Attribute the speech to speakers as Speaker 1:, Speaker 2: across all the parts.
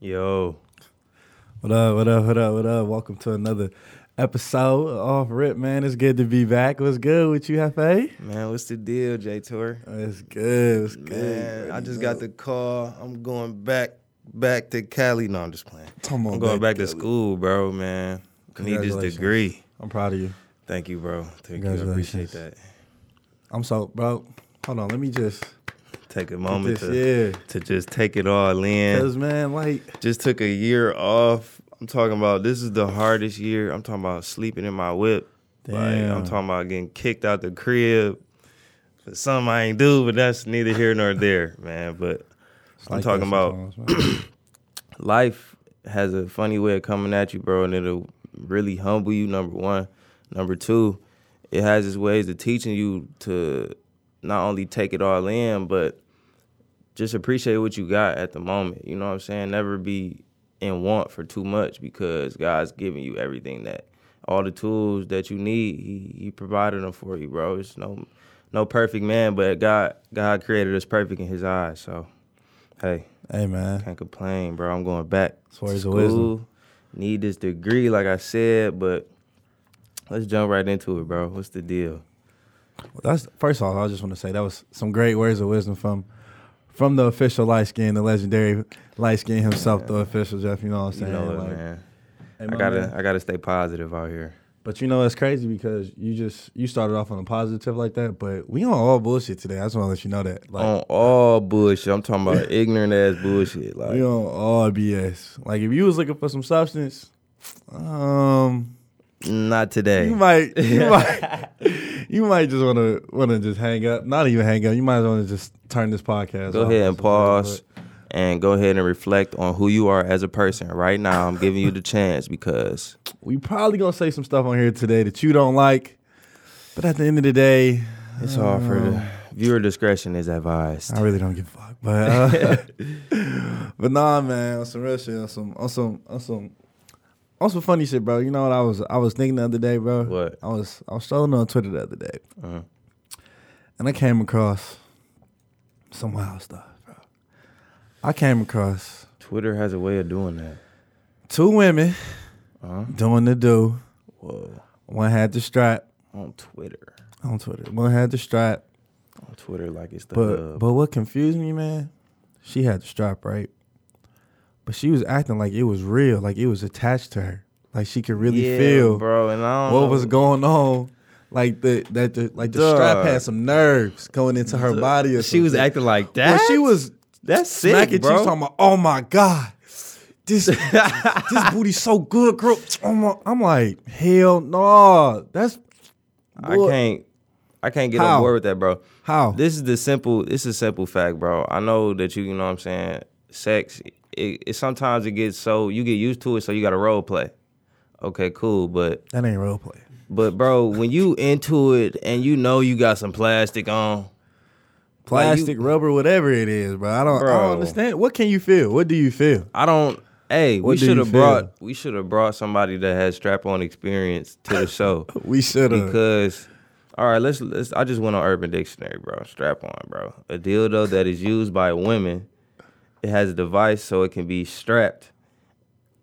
Speaker 1: Yo,
Speaker 2: What up, what up, what up, what up? Welcome to another episode of Off Rip, man. It's good to be back. What's good with you, Hefe?
Speaker 1: man, what's the deal, J Tour?
Speaker 2: It's good, it's good.
Speaker 1: Man, I
Speaker 2: Already
Speaker 1: just
Speaker 2: know.
Speaker 1: got the call. I'm going back, back to Cali. No, I'm just playing.
Speaker 2: Come on,
Speaker 1: I'm going back to
Speaker 2: Kelly.
Speaker 1: school, bro. Man, I need this
Speaker 2: Congratulations.
Speaker 1: degree.
Speaker 2: I'm proud of you.
Speaker 1: Thank you, bro. Thank you. I appreciate
Speaker 2: Congratulations.
Speaker 1: that.
Speaker 2: I'm so, bro, hold on, let me just,
Speaker 1: Take a moment
Speaker 2: just-
Speaker 1: to
Speaker 2: yeah.
Speaker 1: to just take it all in.
Speaker 2: Because, man, like,
Speaker 1: Just took a year off. I'm talking about this is the hardest year. I'm talking about sleeping in my whip. Like, I'm
Speaker 2: Damn.
Speaker 1: talking about getting kicked out the crib for something I ain't do, but that's neither here nor there, man. But
Speaker 2: it's
Speaker 1: I'm
Speaker 2: like
Speaker 1: talking
Speaker 2: that
Speaker 1: about-
Speaker 2: sometimes, man.
Speaker 1: life has a funny way of coming at you, bro, and it'll really humble you. Number one, number two, it has its ways of teaching you to not only take it all in, but just appreciate what you got at the moment. You know what I'm saying? Never be in want for too much because God's giving you everything that all the tools that you need. He he provided them for you, bro. It's no no perfect man, but God God created us perfect in His eyes. So, hey.
Speaker 2: hey, man.
Speaker 1: Can't complain, bro. I'm going back.
Speaker 2: It's words
Speaker 1: to
Speaker 2: of wisdom.
Speaker 1: school. Need this degree, like I said, but let's jump right into it, bro. What's the deal?
Speaker 2: Well, that's first of all, I just want to say that was some great words of wisdom from from the official light skin, the legendary light skin himself, the official Jeff. You know what I'm
Speaker 1: You
Speaker 2: saying?
Speaker 1: know it,
Speaker 2: Like,
Speaker 1: man.
Speaker 2: hey,
Speaker 1: I
Speaker 2: my
Speaker 1: gotta,
Speaker 2: man.
Speaker 1: I gotta stay positive out here.
Speaker 2: But you know it's crazy because you just you started off on a positive like that, but we on all bullshit today. I just want to let you know that. Like
Speaker 1: On all bullshit, I'm talking about ignorant ass bullshit.
Speaker 2: we
Speaker 1: Like,
Speaker 2: on all BS. Like if you was looking for some substance, um,
Speaker 1: not today.
Speaker 2: you might you might you might just want to want to just hang up. Not even hang up. You might as well just turn this podcast.
Speaker 1: go
Speaker 2: off.
Speaker 1: ahead and pause and go ahead and reflect on who you are as a person right now i'm giving you the chance because
Speaker 2: we probably gonna say some stuff on here today that you don't like. But at the end of the day,
Speaker 1: it's all for the viewer discretion is advised
Speaker 2: I really don't give a fuck. But uh, but nah, man, on some real shit, on some on some on some on some funny shit, bro. You know what I was I was thinking the other day, bro.
Speaker 1: What?
Speaker 2: I was I was strolling on Twitter the other day,
Speaker 1: Uh-huh.
Speaker 2: and I came across some wild stuff, bro. I came across
Speaker 1: twitter has a way of doing that
Speaker 2: two women
Speaker 1: uh
Speaker 2: doing the do.
Speaker 1: whoa
Speaker 2: One had the strap
Speaker 1: on twitter
Speaker 2: on Twitter. One had the strap.
Speaker 1: on Twitter like it's the
Speaker 2: But
Speaker 1: hub.
Speaker 2: but what confused me, man, she had the strap, right? But she was acting like it was real, like it was attached to her. Like she could really
Speaker 1: Yeah,
Speaker 2: feel
Speaker 1: bro. And I don't
Speaker 2: what
Speaker 1: know.
Speaker 2: was going on. Like the that the like the strap
Speaker 1: Dog.
Speaker 2: had some nerves going into her body or
Speaker 1: She was
Speaker 2: something.
Speaker 1: acting like that.
Speaker 2: When she was
Speaker 1: that's
Speaker 2: smacking
Speaker 1: sick,
Speaker 2: you,
Speaker 1: bro.
Speaker 2: talking about, oh my God. This this booty's so good, girl. Oh my- I'm like, hell no. That's
Speaker 1: I
Speaker 2: What?
Speaker 1: can't. I can't get
Speaker 2: How?
Speaker 1: on board with that, bro.
Speaker 2: how?
Speaker 1: This is the simple. This is a simple fact, bro. I know that you. You know what I'm saying. Sex. It, it sometimes it gets so you get used to it, so you got to role play. Okay, cool, but
Speaker 2: that ain't real play.
Speaker 1: but bro, when you into it and you know you got some plastic on, Like, you-
Speaker 2: plastic, rubber, whatever it is, bro. I don't, I
Speaker 1: Bro.
Speaker 2: don't understand. What can you feel? What do you feel?
Speaker 1: I don't. Hey, we
Speaker 2: What do you
Speaker 1: should have
Speaker 2: feel?
Speaker 1: brought we should have brought somebody that has strap on experience to the show.
Speaker 2: We should have.
Speaker 1: because all right, let's let's. I just went on Urban Dictionary, bro. Strap on, bro. A dildo that is used by women. It has a device so it can be strapped,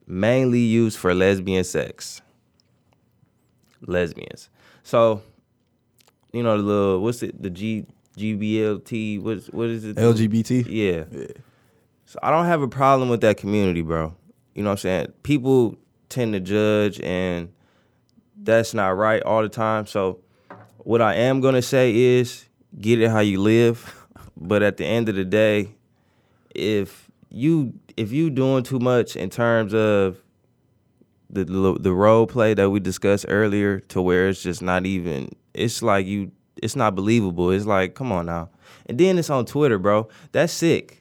Speaker 1: mainly used for lesbian sex. Lesbians. So, you know the little what's it? The G GBLT. What's what is it?
Speaker 2: LGBT.
Speaker 1: Yeah. So I don't have a problem with that community, bro. You know what I'm saying? People tend to judge and that's not right all the time. So what I am going to say is get it how you live, but at the end of the day, if you if you doing too much in terms of the the role play that we discussed earlier to where it's just not even it's like you it's not believable. It's like come on now. And then it's on Twitter, bro. That's sick.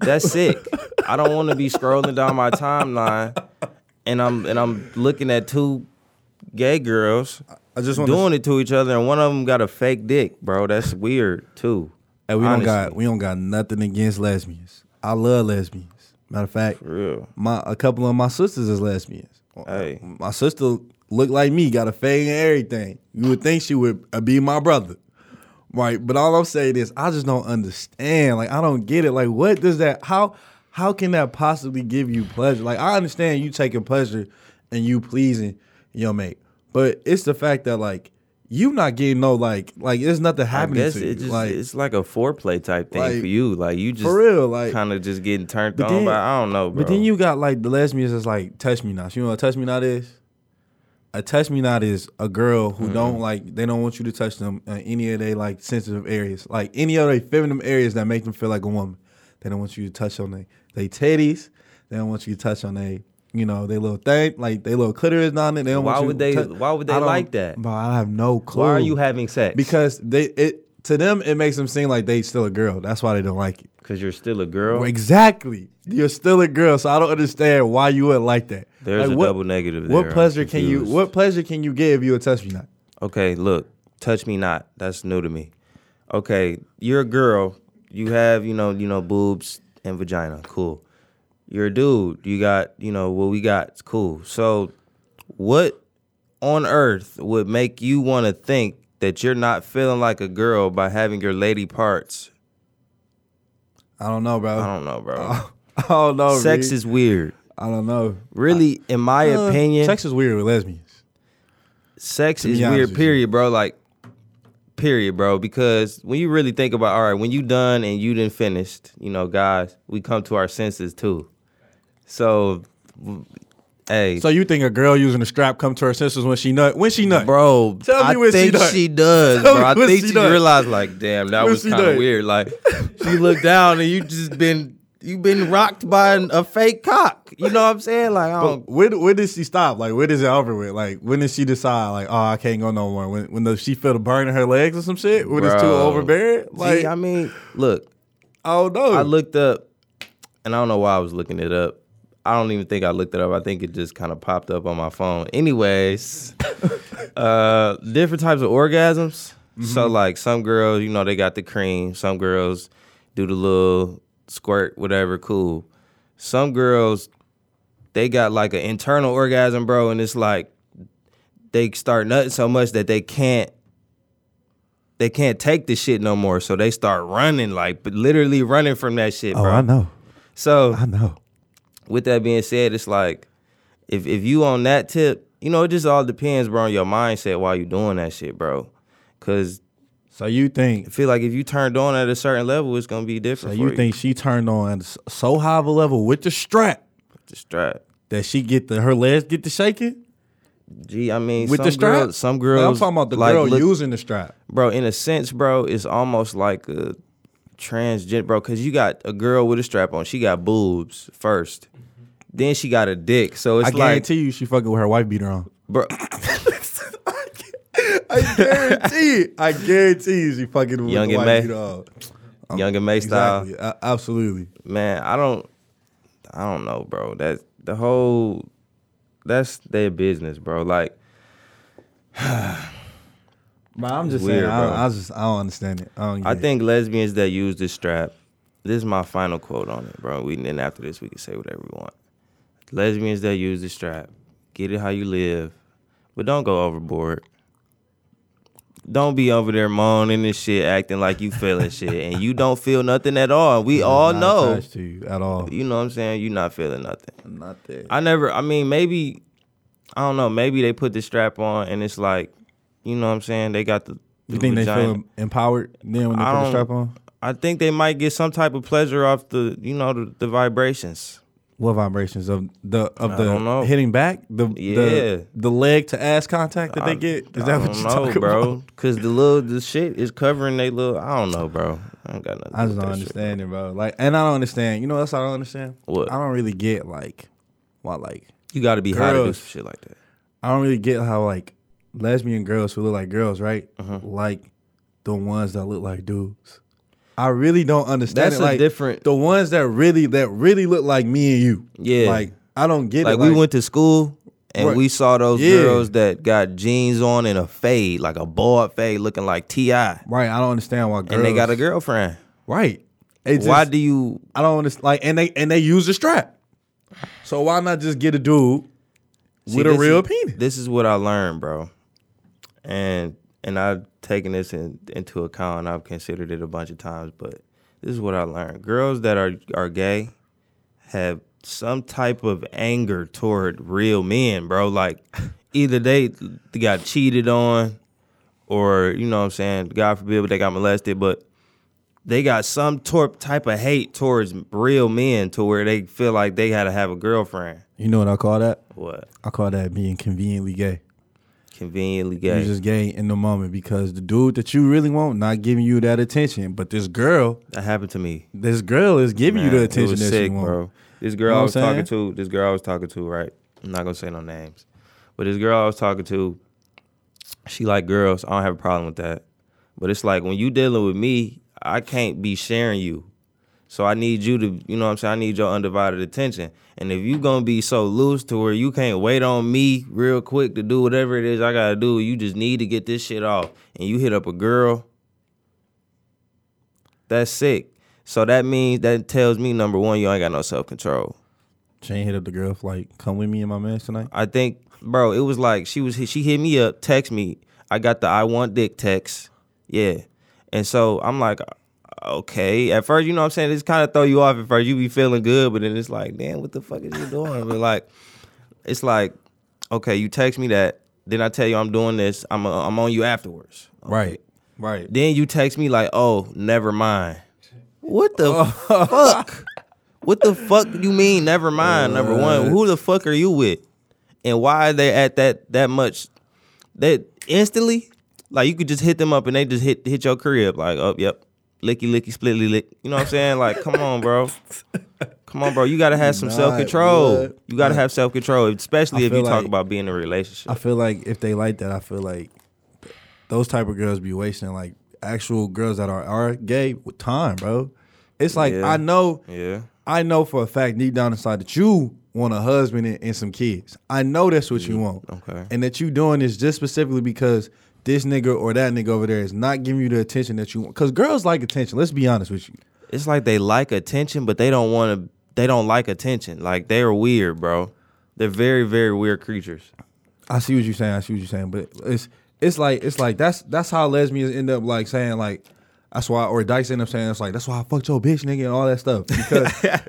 Speaker 1: That's sick. I don't want to be scrolling down my timeline and I'm and I'm looking at two gay girls
Speaker 2: I just want to.
Speaker 1: doing it to each other and one of them got a fake dick, bro. That's weird too.
Speaker 2: Hey, we don't got,
Speaker 1: honestly.
Speaker 2: we don't got nothing against lesbians. I love lesbians. Matter of fact,
Speaker 1: For real.
Speaker 2: my a couple of my sisters is lesbians.
Speaker 1: Hey.
Speaker 2: my sister look like me, got a fade and everything. You would think she would uh, be my brother, right? But all I'm saying is, I just don't understand. Like, I don't get it. Like, what does that? How? how can that possibly give you pleasure? Like I understand you taking pleasure and you pleasing your mate, but it's the fact that like you not getting no like like there's nothing
Speaker 1: I
Speaker 2: happening
Speaker 1: guess
Speaker 2: to you.
Speaker 1: it just,
Speaker 2: like
Speaker 1: it's like a foreplay type thing
Speaker 2: Like,
Speaker 1: for you. Like you just
Speaker 2: for real, like
Speaker 1: kind of just getting turned
Speaker 2: But
Speaker 1: on
Speaker 2: then-
Speaker 1: by I don't know, bro.
Speaker 2: But then you got like the lesbians that's like touch me not. You know what a touch me not is? A touch me not is a girl who
Speaker 1: Mm-hmm.
Speaker 2: don't like they don't want you to touch them in any of their like sensitive areas, like any of their feminine areas that make them feel like a woman. They don't want you to touch on they they titties. They don't want you to touch on they you know they little thing like they little clitoris down there. They don't
Speaker 1: Why
Speaker 2: want you
Speaker 1: would
Speaker 2: to
Speaker 1: they-
Speaker 2: touch-
Speaker 1: why would they
Speaker 2: I don't-
Speaker 1: like that?
Speaker 2: Bro, I have no clue.
Speaker 1: why are you having sex?
Speaker 2: Because they it to them it makes them seem like they still a girl. That's why they don't like it.
Speaker 1: because you're still a girl.
Speaker 2: Well, exactly. You're still a girl, so I don't understand why you would like that.
Speaker 1: There's
Speaker 2: Like,
Speaker 1: a
Speaker 2: what,
Speaker 1: double negative. There.
Speaker 2: What
Speaker 1: I'm
Speaker 2: pleasure can you?
Speaker 1: confused.
Speaker 2: What pleasure can you give if you a touch me not?
Speaker 1: Okay, look, touch me not. That's new to me. Okay, you're a girl. You have you know you know boobs and vagina. Cool. You're a dude. You got you know what we got. It's cool. So, what on earth would make you want to think that you're not feeling like a girl by having your lady parts?
Speaker 2: I don't know, bro.
Speaker 1: I don't know, bro.
Speaker 2: I don't know.
Speaker 1: sex
Speaker 2: Reed.
Speaker 1: is weird.
Speaker 2: I don't know.
Speaker 1: Really, in my
Speaker 2: Uh,
Speaker 1: opinion,
Speaker 2: sex is weird with lesbians.
Speaker 1: sex
Speaker 2: To be
Speaker 1: is
Speaker 2: honest
Speaker 1: weird
Speaker 2: with you.
Speaker 1: period bro like period bro because when you really think about all right when you done and you didn't finished you know guys we come to our senses too so w- hey
Speaker 2: So you think a girl using a strap come to her senses when she nut? When she nut,
Speaker 1: bro
Speaker 2: Tell me
Speaker 1: i
Speaker 2: when she
Speaker 1: think
Speaker 2: done.
Speaker 1: she does
Speaker 2: Tell
Speaker 1: bro
Speaker 2: me
Speaker 1: i
Speaker 2: when
Speaker 1: think
Speaker 2: she
Speaker 1: she,
Speaker 2: done.
Speaker 1: realized like damn that
Speaker 2: When
Speaker 1: was
Speaker 2: she
Speaker 1: kind of
Speaker 2: done.
Speaker 1: weird like she looked down and you just been you been rocked by an, a fake cock you know what i'm saying like i don't
Speaker 2: When when does she stop? Like when is it over with? Like when does she decide? Like oh, I can't go no more. When when does she feel the burn in her legs or some shit? When it's too
Speaker 1: Bro.
Speaker 2: overbearing? Like
Speaker 1: Gee, i mean look
Speaker 2: I don't know.
Speaker 1: I looked up, and I don't know why I was looking it up. I don't even think I looked it up. I think it just kind of popped up on my phone. Anyways, uh, different types of orgasms. So like some girls, you know, they got the cream. Some girls do the little squirt, whatever. Cool. Some girls, they got like an internal orgasm, bro, and it's like they start nutting so much that they can't they can't take the shit no more. So they start running, like but literally running from that shit,
Speaker 2: oh,
Speaker 1: bro.
Speaker 2: I know.
Speaker 1: So
Speaker 2: I know.
Speaker 1: with that being said, it's like if if you on that tip, you know, it just all depends, bro, on your mindset while you doing that shit, bro. Cause
Speaker 2: So you think
Speaker 1: I feel like if you turned on at a certain level, it's gonna be
Speaker 2: So
Speaker 1: different. for
Speaker 2: you think she turned on s- so high of a level with the strap
Speaker 1: the strap?
Speaker 2: that she get the her legs get to shaking?
Speaker 1: Gee, I mean,
Speaker 2: With
Speaker 1: some
Speaker 2: the strap?
Speaker 1: girls, some
Speaker 2: Like,
Speaker 1: girls,
Speaker 2: I'm talking about the
Speaker 1: like,
Speaker 2: girl
Speaker 1: look-
Speaker 2: using the strap.
Speaker 1: bro. In a sense, bro, it's almost like a transgender, bro, because you got a girl with a strap on. She got boobs first, then she got a dick. So it's
Speaker 2: I
Speaker 1: like,
Speaker 2: guarantee you, she fucking with her wife beater on.
Speaker 1: bro,
Speaker 2: I guarantee it. I guarantee you, she fucking with
Speaker 1: Young
Speaker 2: the
Speaker 1: and
Speaker 2: wife
Speaker 1: May.
Speaker 2: beater on.
Speaker 1: Young and May style.
Speaker 2: Exactly. A- absolutely.
Speaker 1: man, I don't, I don't know, bro. That the whole, that's their business, bro. Like,
Speaker 2: But I'm just
Speaker 1: weird,
Speaker 2: saying, I,
Speaker 1: bro.
Speaker 2: I just I don't understand it. I, don't get
Speaker 1: I
Speaker 2: it.
Speaker 1: think lesbians that use this strap. This is my final quote on it, bro. We and then after this, we can say whatever we want. Lesbians that use the strap, get it how you live, but don't go overboard. Don't be over there moaning and shit, acting like you feeling shit, and you don't feel nothing at all. We
Speaker 2: I'm
Speaker 1: all
Speaker 2: not
Speaker 1: know,
Speaker 2: attached to you at all.
Speaker 1: you know what I'm saying. You're not feeling nothing.
Speaker 2: Not that.
Speaker 1: I never. I mean, maybe I don't know. Maybe they put the strap on and it's like, you know what I'm saying? They got the. the
Speaker 2: You think they
Speaker 1: vagina.
Speaker 2: feel empowered then when they
Speaker 1: I
Speaker 2: put the
Speaker 1: don't-
Speaker 2: strap on?
Speaker 1: I think they might get some type of pleasure off the, you know, the, the vibrations.
Speaker 2: What vibrations of the of
Speaker 1: I
Speaker 2: the
Speaker 1: don't know.
Speaker 2: hitting back? The
Speaker 1: Yeah.
Speaker 2: the, the leg to ass contact that
Speaker 1: I-
Speaker 2: they get? Is
Speaker 1: I
Speaker 2: that what
Speaker 1: don't
Speaker 2: you
Speaker 1: know,
Speaker 2: talking
Speaker 1: bro?
Speaker 2: about?
Speaker 1: Because the little the shit is covering they little. I don't know, bro. I don't got nothing. to
Speaker 2: I
Speaker 1: do
Speaker 2: just don't
Speaker 1: with that shit.
Speaker 2: understand it, bro. Like, and I don't understand. You know what else I don't understand?
Speaker 1: What?
Speaker 2: I don't really get like why like
Speaker 1: You got to be high to do
Speaker 2: Girls.
Speaker 1: some shit like that.
Speaker 2: I don't really get how like lesbian girls who look like girls, right?
Speaker 1: Uh-huh.
Speaker 2: Like the ones that look like dudes. I really don't understand.
Speaker 1: That's
Speaker 2: it.
Speaker 1: a
Speaker 2: Like,
Speaker 1: different-
Speaker 2: The ones that really that really look like me and you.
Speaker 1: Yeah.
Speaker 2: Like I don't get
Speaker 1: Like
Speaker 2: it.
Speaker 1: we went to school and
Speaker 2: Right.
Speaker 1: we saw those
Speaker 2: Yeah.
Speaker 1: girls that got jeans on and a fade, like a bald fade, looking like Ti, and
Speaker 2: right. I don't understand why girls
Speaker 1: they got a girlfriend.
Speaker 2: right. It just-
Speaker 1: Why do you
Speaker 2: I don't understand. Like, and they and they use the strap. So why not just get a dude
Speaker 1: See,
Speaker 2: with a
Speaker 1: this
Speaker 2: real
Speaker 1: is-
Speaker 2: penis?
Speaker 1: This is what I learned, bro. And and I've taken this in, into account. and I've considered it a bunch of times, but this is what I learned. Girls that are are gay have some type of anger toward real men, bro. Like either they they got cheated on or, you know what I'm saying, God forbid but they got molested, but they got some tor- type of hate towards real men to where they feel like they gotta have a girlfriend.
Speaker 2: You know what I call that?
Speaker 1: What?
Speaker 2: I call that being conveniently gay.
Speaker 1: Conveniently gay.
Speaker 2: You're just gay in the moment because the dude that you really want not giving you that attention, but this girl,
Speaker 1: that happened to me.
Speaker 2: this girl is giving
Speaker 1: Man,
Speaker 2: you the
Speaker 1: it
Speaker 2: attention
Speaker 1: was
Speaker 2: that
Speaker 1: sick,
Speaker 2: you want.
Speaker 1: Bro. This girl
Speaker 2: You know
Speaker 1: I
Speaker 2: what
Speaker 1: was
Speaker 2: I'm
Speaker 1: talking to, this girl I was talking to, right? I'm not gonna say no names, but this girl I was talking to, she like girls. I don't have a problem with that, but it's like when you dealing with me, I can't be sharing you. So I need you to, you know what I'm saying? I need your undivided attention. And if you gonna be so loose to where you can't wait on me real quick to do whatever it is I gotta do, you just need to get this shit off. And you hit up a girl, that's sick. So that means that tells me number one, you ain't got no self control.
Speaker 2: Shane hit up the girl for like, come with me and my man tonight.
Speaker 1: I think, bro, it was like she was she hit me up, text me. I got the I want dick text. Yeah. And so I'm like, okay. At first, you know what I'm saying? It's kind of throw you off at first. You be feeling good, but then it's like, damn, what the fuck is you doing? But like, it's like, okay, you text me that. Then I tell you I'm doing this. I'm i I'm on you afterwards.
Speaker 2: Uh, Right. Right.
Speaker 1: Then you text me like, "Oh, never mind." What
Speaker 2: Oh.
Speaker 1: the fuck? What the fuck you mean? Never mind. Number one, who the fuck are you with, and why are they at that that much? That instantly, like you could just hit them up and they just hit hit your career up. Like, oh, yep, licky licky splitly lick. You know what I'm saying? Like, come on, bro. Come on, bro. You gotta have some
Speaker 2: Nah,
Speaker 1: self control.
Speaker 2: what?
Speaker 1: You gotta have self control, especially
Speaker 2: I
Speaker 1: if you
Speaker 2: feel
Speaker 1: talk
Speaker 2: like-
Speaker 1: about being in a relationship.
Speaker 2: I feel like if they like that, I feel like th- those type of girls be wasting like actual girls that are, are gay with time, bro. It's like
Speaker 1: Yeah.
Speaker 2: I know
Speaker 1: yeah,
Speaker 2: I know for a fact deep down inside that you want a husband and, and some kids. I know that's what you want.
Speaker 1: okay.
Speaker 2: And that you doing this just specifically because this nigga or that nigga over there is not giving you the attention that you want. Cause girls like attention. Let's be honest with you.
Speaker 1: it's like they like attention, but they don't want to. They don't like attention. Like they are weird, bro. They're very, very weird creatures.
Speaker 2: I see what you're saying. I see what you're saying, but it's it's like it's like that's that's how lesbians end up like saying like that's why or Dice end up saying it's like that's why I fucked your bitch nigga and all that stuff because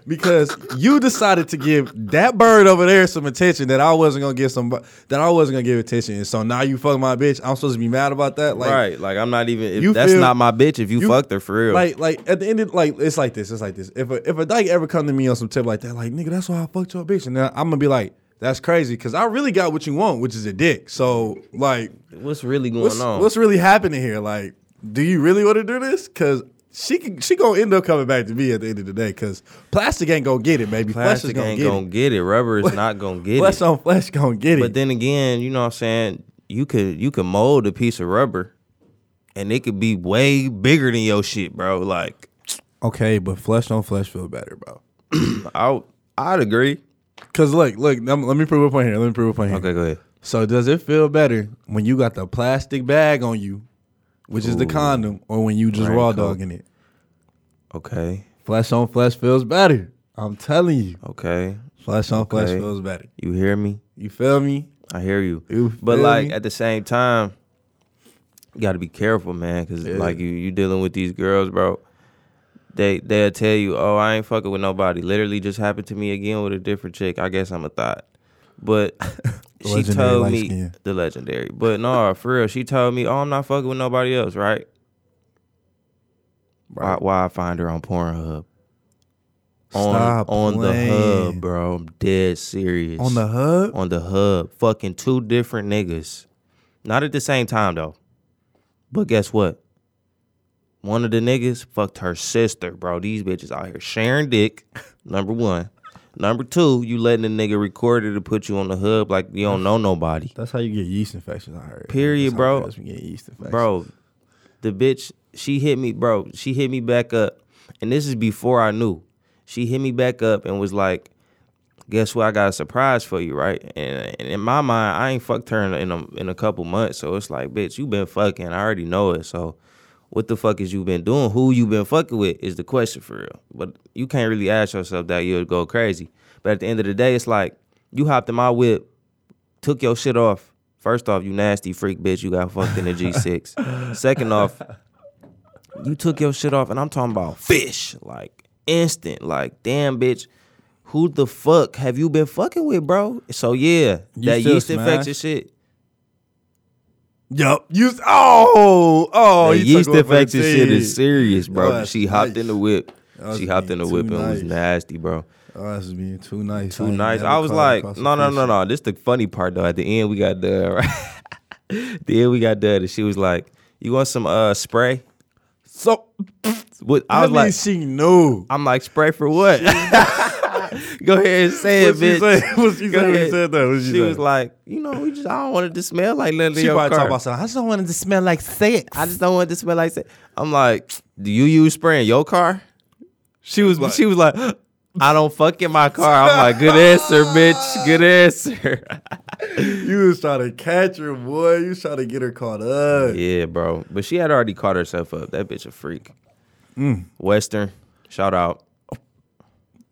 Speaker 2: because you decided to give that bird over there some attention that I wasn't gonna give some that I wasn't gonna give attention and so now you fuck my bitch I'm supposed to be mad about that like
Speaker 1: right? Like I'm not even. If
Speaker 2: you
Speaker 1: that's
Speaker 2: feel-
Speaker 1: not my bitch. If you,
Speaker 2: you-
Speaker 1: fucked her for real,
Speaker 2: like like at the end of like it's like this it's like this if a if a dyke ever come to me on some tip like that like nigga that's why I fucked your bitch and then I'm gonna be like that's crazy because I really got what you want which is a dick so like.
Speaker 1: what's really going
Speaker 2: what's,
Speaker 1: on?
Speaker 2: what's really happening here? Like, do you really want to do this? Because she can, she gonna end up coming back to me at the end of the day. Because plastic ain't gonna get it, baby. Flesh is
Speaker 1: Plastic
Speaker 2: gonna
Speaker 1: ain't
Speaker 2: get
Speaker 1: gonna get it. Rubber is not gonna
Speaker 2: it.
Speaker 1: get
Speaker 2: Flesh
Speaker 1: it.
Speaker 2: on flesh gonna get
Speaker 1: But
Speaker 2: it.
Speaker 1: then again, you know what I'm saying. You could you could mold a piece of rubber, and it could be way bigger than your shit, bro. Like
Speaker 2: okay, but flesh on flesh feel better, bro.
Speaker 1: I I'd agree.
Speaker 2: Cause look, look, num- let me prove a point here. Let me prove a point here.
Speaker 1: Okay, go ahead.
Speaker 2: So does it feel better when you got the plastic bag on you, which is the condom, or when you just raw
Speaker 1: Raincoat.
Speaker 2: dogging it?
Speaker 1: Okay,
Speaker 2: Flesh on flesh feels better. I'm telling you,
Speaker 1: okay.
Speaker 2: flesh on flesh
Speaker 1: Okay.
Speaker 2: feels better.
Speaker 1: You hear me?
Speaker 2: You feel me?
Speaker 1: I hear you.
Speaker 2: You
Speaker 1: but
Speaker 2: feel
Speaker 1: like
Speaker 2: me?
Speaker 1: at the same time, you got to be careful, man, because
Speaker 2: Yeah.
Speaker 1: like you you dealing with these girls, bro. They they'll tell you, oh, I ain't fucking with nobody. Literally, just happened to me again with a different chick. I guess I'm a thought, but she
Speaker 2: Legendary
Speaker 1: told
Speaker 2: light
Speaker 1: me
Speaker 2: skin.
Speaker 1: the legendary. But no, for real, she told me, oh, I'm not fucking with nobody else, right? Why, why I find her on Pornhub? On
Speaker 2: Stop
Speaker 1: on the hub,
Speaker 2: playing.
Speaker 1: bro. I'm dead serious
Speaker 2: On the hub?
Speaker 1: on the hub. Fucking two different niggas. Not at the same time though. But guess what? One of the niggas fucked her sister, bro. These bitches out here sharing dick. Number one. Number two, you letting the nigga record it to put you on the hub like you don't know nobody.
Speaker 2: That's how you get yeast infections. I heard.
Speaker 1: Period,
Speaker 2: That's how
Speaker 1: bro.
Speaker 2: girls be getting yeast infections.
Speaker 1: Bro, the bitch, she hit me, bro. She hit me back up. And this is before I knew. She hit me back up and was like, guess what? I got a surprise for you, right? And, and in my mind, I ain't fucked her in a, in, a, in a couple months. So it's like, bitch, you been fucking. I already know it. So what the fuck is you been doing? Who you been fucking with is the question for real. But you can't really ask yourself that. You'll go crazy. But at the end of the day, it's like, you hopped in my whip, took your shit off. First off, you nasty freak bitch, you got fucked in the G6. Second off, you took your shit off, and I'm talking about fish, like instant, like damn bitch. who the fuck have you been fucking with, bro? So yeah,
Speaker 2: You
Speaker 1: that
Speaker 2: still
Speaker 1: yeast
Speaker 2: smash?
Speaker 1: infection shit.
Speaker 2: Yup. You. Oh. Oh.
Speaker 1: the
Speaker 2: you took
Speaker 1: yeast
Speaker 2: one for the
Speaker 1: infection shit is
Speaker 2: team.
Speaker 1: serious, bro.
Speaker 2: That's
Speaker 1: she hopped
Speaker 2: nice.
Speaker 1: in the whip.
Speaker 2: That's
Speaker 1: She hopped in the
Speaker 2: being
Speaker 1: whip
Speaker 2: too
Speaker 1: and was
Speaker 2: nice.
Speaker 1: nasty, bro.
Speaker 2: Oh, that's being too nice.
Speaker 1: Too
Speaker 2: ain't
Speaker 1: nice.
Speaker 2: never
Speaker 1: I was
Speaker 2: caught
Speaker 1: like,
Speaker 2: across the
Speaker 1: no, no,
Speaker 2: fish.
Speaker 1: no, no. This the funny part though. At the end, we got done. Right? the end, we got done, and she was like, "You want some uh spray?"
Speaker 2: So
Speaker 1: What
Speaker 2: I
Speaker 1: I was like,
Speaker 2: she knew.
Speaker 1: I'm like, spray for what? Go ahead and say
Speaker 2: What
Speaker 1: it,
Speaker 2: she
Speaker 1: bitch.
Speaker 2: said? What she
Speaker 1: Go
Speaker 2: said? when
Speaker 1: ahead.
Speaker 2: She said that. What she,
Speaker 1: She
Speaker 2: said?
Speaker 1: was like, you know, we just I don't want it to smell like nothing. in
Speaker 2: She
Speaker 1: your
Speaker 2: probably
Speaker 1: car.
Speaker 2: talking about something. I just don't want it to smell like sex.
Speaker 1: I just don't want it to smell like sex. I'm like, do you use spray in your car? She was she was like, I don't fuck in my car. I'm like, good answer, bitch. Good answer.
Speaker 2: You was trying to catch her, boy. You was trying to get her caught up.
Speaker 1: yeah, bro. But she had already caught herself up. That bitch a freak. Mm. Western, shout out.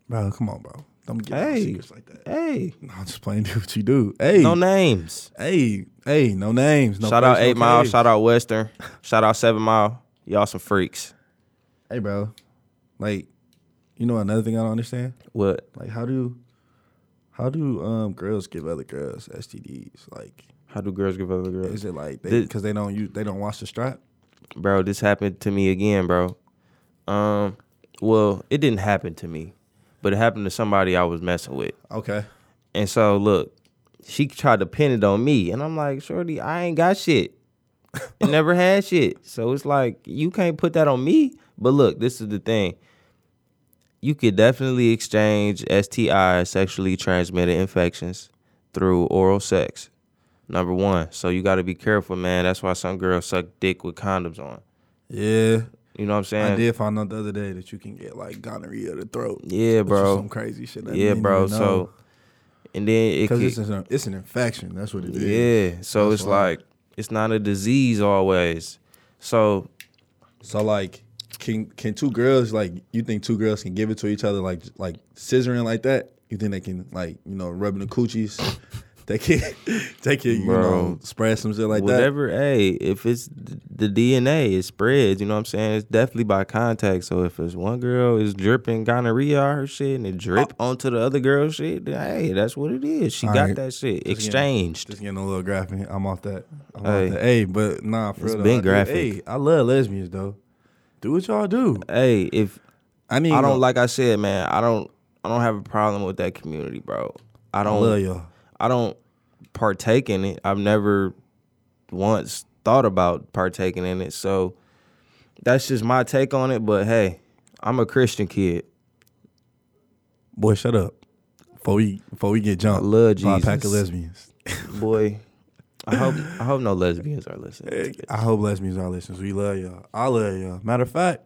Speaker 2: Bro, come on, bro. Don't get hey.
Speaker 1: Hey.
Speaker 2: secrets like that.
Speaker 1: Hey,
Speaker 2: No, I'm just playing. Do what you do. Hey,
Speaker 1: no names.
Speaker 2: hey, hey, no names. No
Speaker 1: shout out
Speaker 2: face, no
Speaker 1: Eight Mile.
Speaker 2: case.
Speaker 1: Shout out Western. shout out Seven Mile. Y'all some freaks.
Speaker 2: Hey, bro. Like, you know another thing I don't understand?
Speaker 1: What?
Speaker 2: Like, how do, how do um girls give other girls STDs? Like,
Speaker 1: How do girls give other girls?
Speaker 2: is it like
Speaker 1: This-
Speaker 2: because they don't use they don't watch the strap?
Speaker 1: bro, this happened to me again, bro. Um, well, it didn't happen to me, but it happened to somebody I was messing with.
Speaker 2: Okay.
Speaker 1: And so, look, she tried to pin it on me, and I'm like, shorty, I ain't got shit. I never had shit. So it's like you can't put that on me. But look, this is the thing. You could definitely exchange STIs, sexually transmitted infections, through oral sex. Number one. So you got to be careful, man. That's why some girls suck dick with condoms on.
Speaker 2: Yeah,
Speaker 1: You know what I'm saying?
Speaker 2: I did find out the other day that you can get like gonorrhea of the throat.
Speaker 1: Yeah,
Speaker 2: Which is
Speaker 1: bro.
Speaker 2: Some crazy shit. that I
Speaker 1: Yeah,
Speaker 2: didn't
Speaker 1: bro.
Speaker 2: even know.
Speaker 1: So, and then it
Speaker 2: Because
Speaker 1: could-
Speaker 2: it's, an- it's an infection. That's what it is.
Speaker 1: yeah. So
Speaker 2: That's
Speaker 1: it's
Speaker 2: why.
Speaker 1: like it's not a disease always. So
Speaker 2: So like, can can two girls like you think two girls can give it to each other like like scissoring like that? You think they can like you know rubbing the coochies? they can they can you know
Speaker 1: Bro.
Speaker 2: spread some shit like
Speaker 1: whatever, hey, if it's th- the DNA, it spreads. You know what I'm saying? It's definitely by contact. So if it's one girl is dripping gonorrhea on her shit and it drip
Speaker 2: Oh.
Speaker 1: onto the other girl's shit, then, hey, that's what it is. She
Speaker 2: All
Speaker 1: got
Speaker 2: right.
Speaker 1: that shit
Speaker 2: Just getting- that.
Speaker 1: exchanged.
Speaker 2: Just getting a little graphic. I'm off that. I'm
Speaker 1: Hey.
Speaker 2: off that. Hey, but nah, for
Speaker 1: It's
Speaker 2: real though,
Speaker 1: been
Speaker 2: I do-
Speaker 1: graphic.
Speaker 2: hey, I love lesbians though. Do what y'all do.
Speaker 1: Hey, if
Speaker 2: I need.
Speaker 1: I don't like I said, man, I don't I don't have a problem with that community, bro. I
Speaker 2: I
Speaker 1: don't
Speaker 2: love y'all.
Speaker 1: I don't partake in it. I've never once thought about partaking in it. So that's just my take on it. But hey, I'm a Christian kid.
Speaker 2: Boy, shut up. Before we before we get
Speaker 1: I
Speaker 2: jumped
Speaker 1: love
Speaker 2: by a
Speaker 1: Jesus.
Speaker 2: pack of lesbians.
Speaker 1: Boy, I hope I hope no lesbians are listening. to this.
Speaker 2: I hope lesbians are listeners. We love y'all. I love y'all. Matter of fact,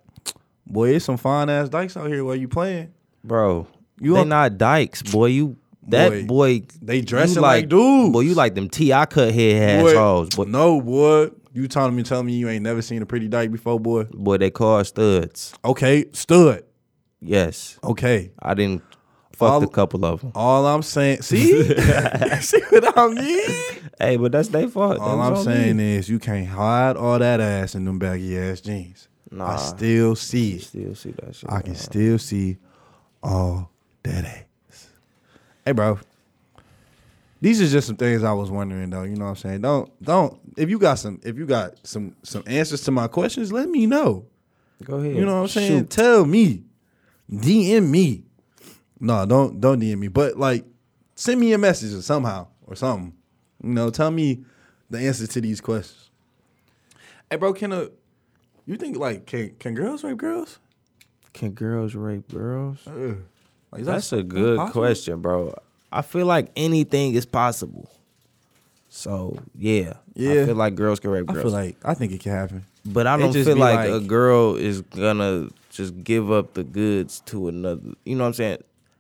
Speaker 2: boy, it's some fine ass dykes out here where you playing.
Speaker 1: Bro,
Speaker 2: You
Speaker 1: you they
Speaker 2: are-
Speaker 1: not dykes, boy. You that boy,
Speaker 2: They
Speaker 1: you
Speaker 2: dressing like, dudes.
Speaker 1: Boy, you like them T.I. cut head
Speaker 2: Boy,
Speaker 1: assholes. Boy,
Speaker 2: No, boy. You telling me telling me you ain't never seen a pretty dyke before, boy.
Speaker 1: boy, they call studs.
Speaker 2: Okay, stud.
Speaker 1: Yes.
Speaker 2: Okay.
Speaker 1: I didn't fuck
Speaker 2: All-
Speaker 1: a couple of them.
Speaker 2: All I'm saying, see, see what I mean.
Speaker 1: Hey, but that's their fault.
Speaker 2: All I'm saying is you can't hide all that ass in them baggy ass jeans. I
Speaker 1: Nah.
Speaker 2: still see
Speaker 1: you
Speaker 2: it.
Speaker 1: still see that shit.
Speaker 2: I can still see all that ass. Hey, bro. These are just some things I was wondering though. You know what I'm saying? Don't don't if you got some if you got some some answers to my questions, let me know.
Speaker 1: Go ahead.
Speaker 2: You know what I'm saying? Tell me. DM me. No, don't don't DM me. But like send me a message or somehow or something. You know, tell me the answer to these questions. Hey bro, can a you think like can can girls rape girls?
Speaker 1: Can girls rape girls?
Speaker 2: Ugh. Like, is that
Speaker 1: That's a good
Speaker 2: possible?
Speaker 1: question, bro. I feel like anything is possible. So yeah,
Speaker 2: Yeah.
Speaker 1: I feel like girls can rape
Speaker 2: I
Speaker 1: girls,
Speaker 2: feel like I think it can happen.
Speaker 1: but I
Speaker 2: it
Speaker 1: don't
Speaker 2: just
Speaker 1: feel
Speaker 2: be
Speaker 1: like, a
Speaker 2: like-
Speaker 1: girl is gonna just give up the goods to another. You know what I'm saying?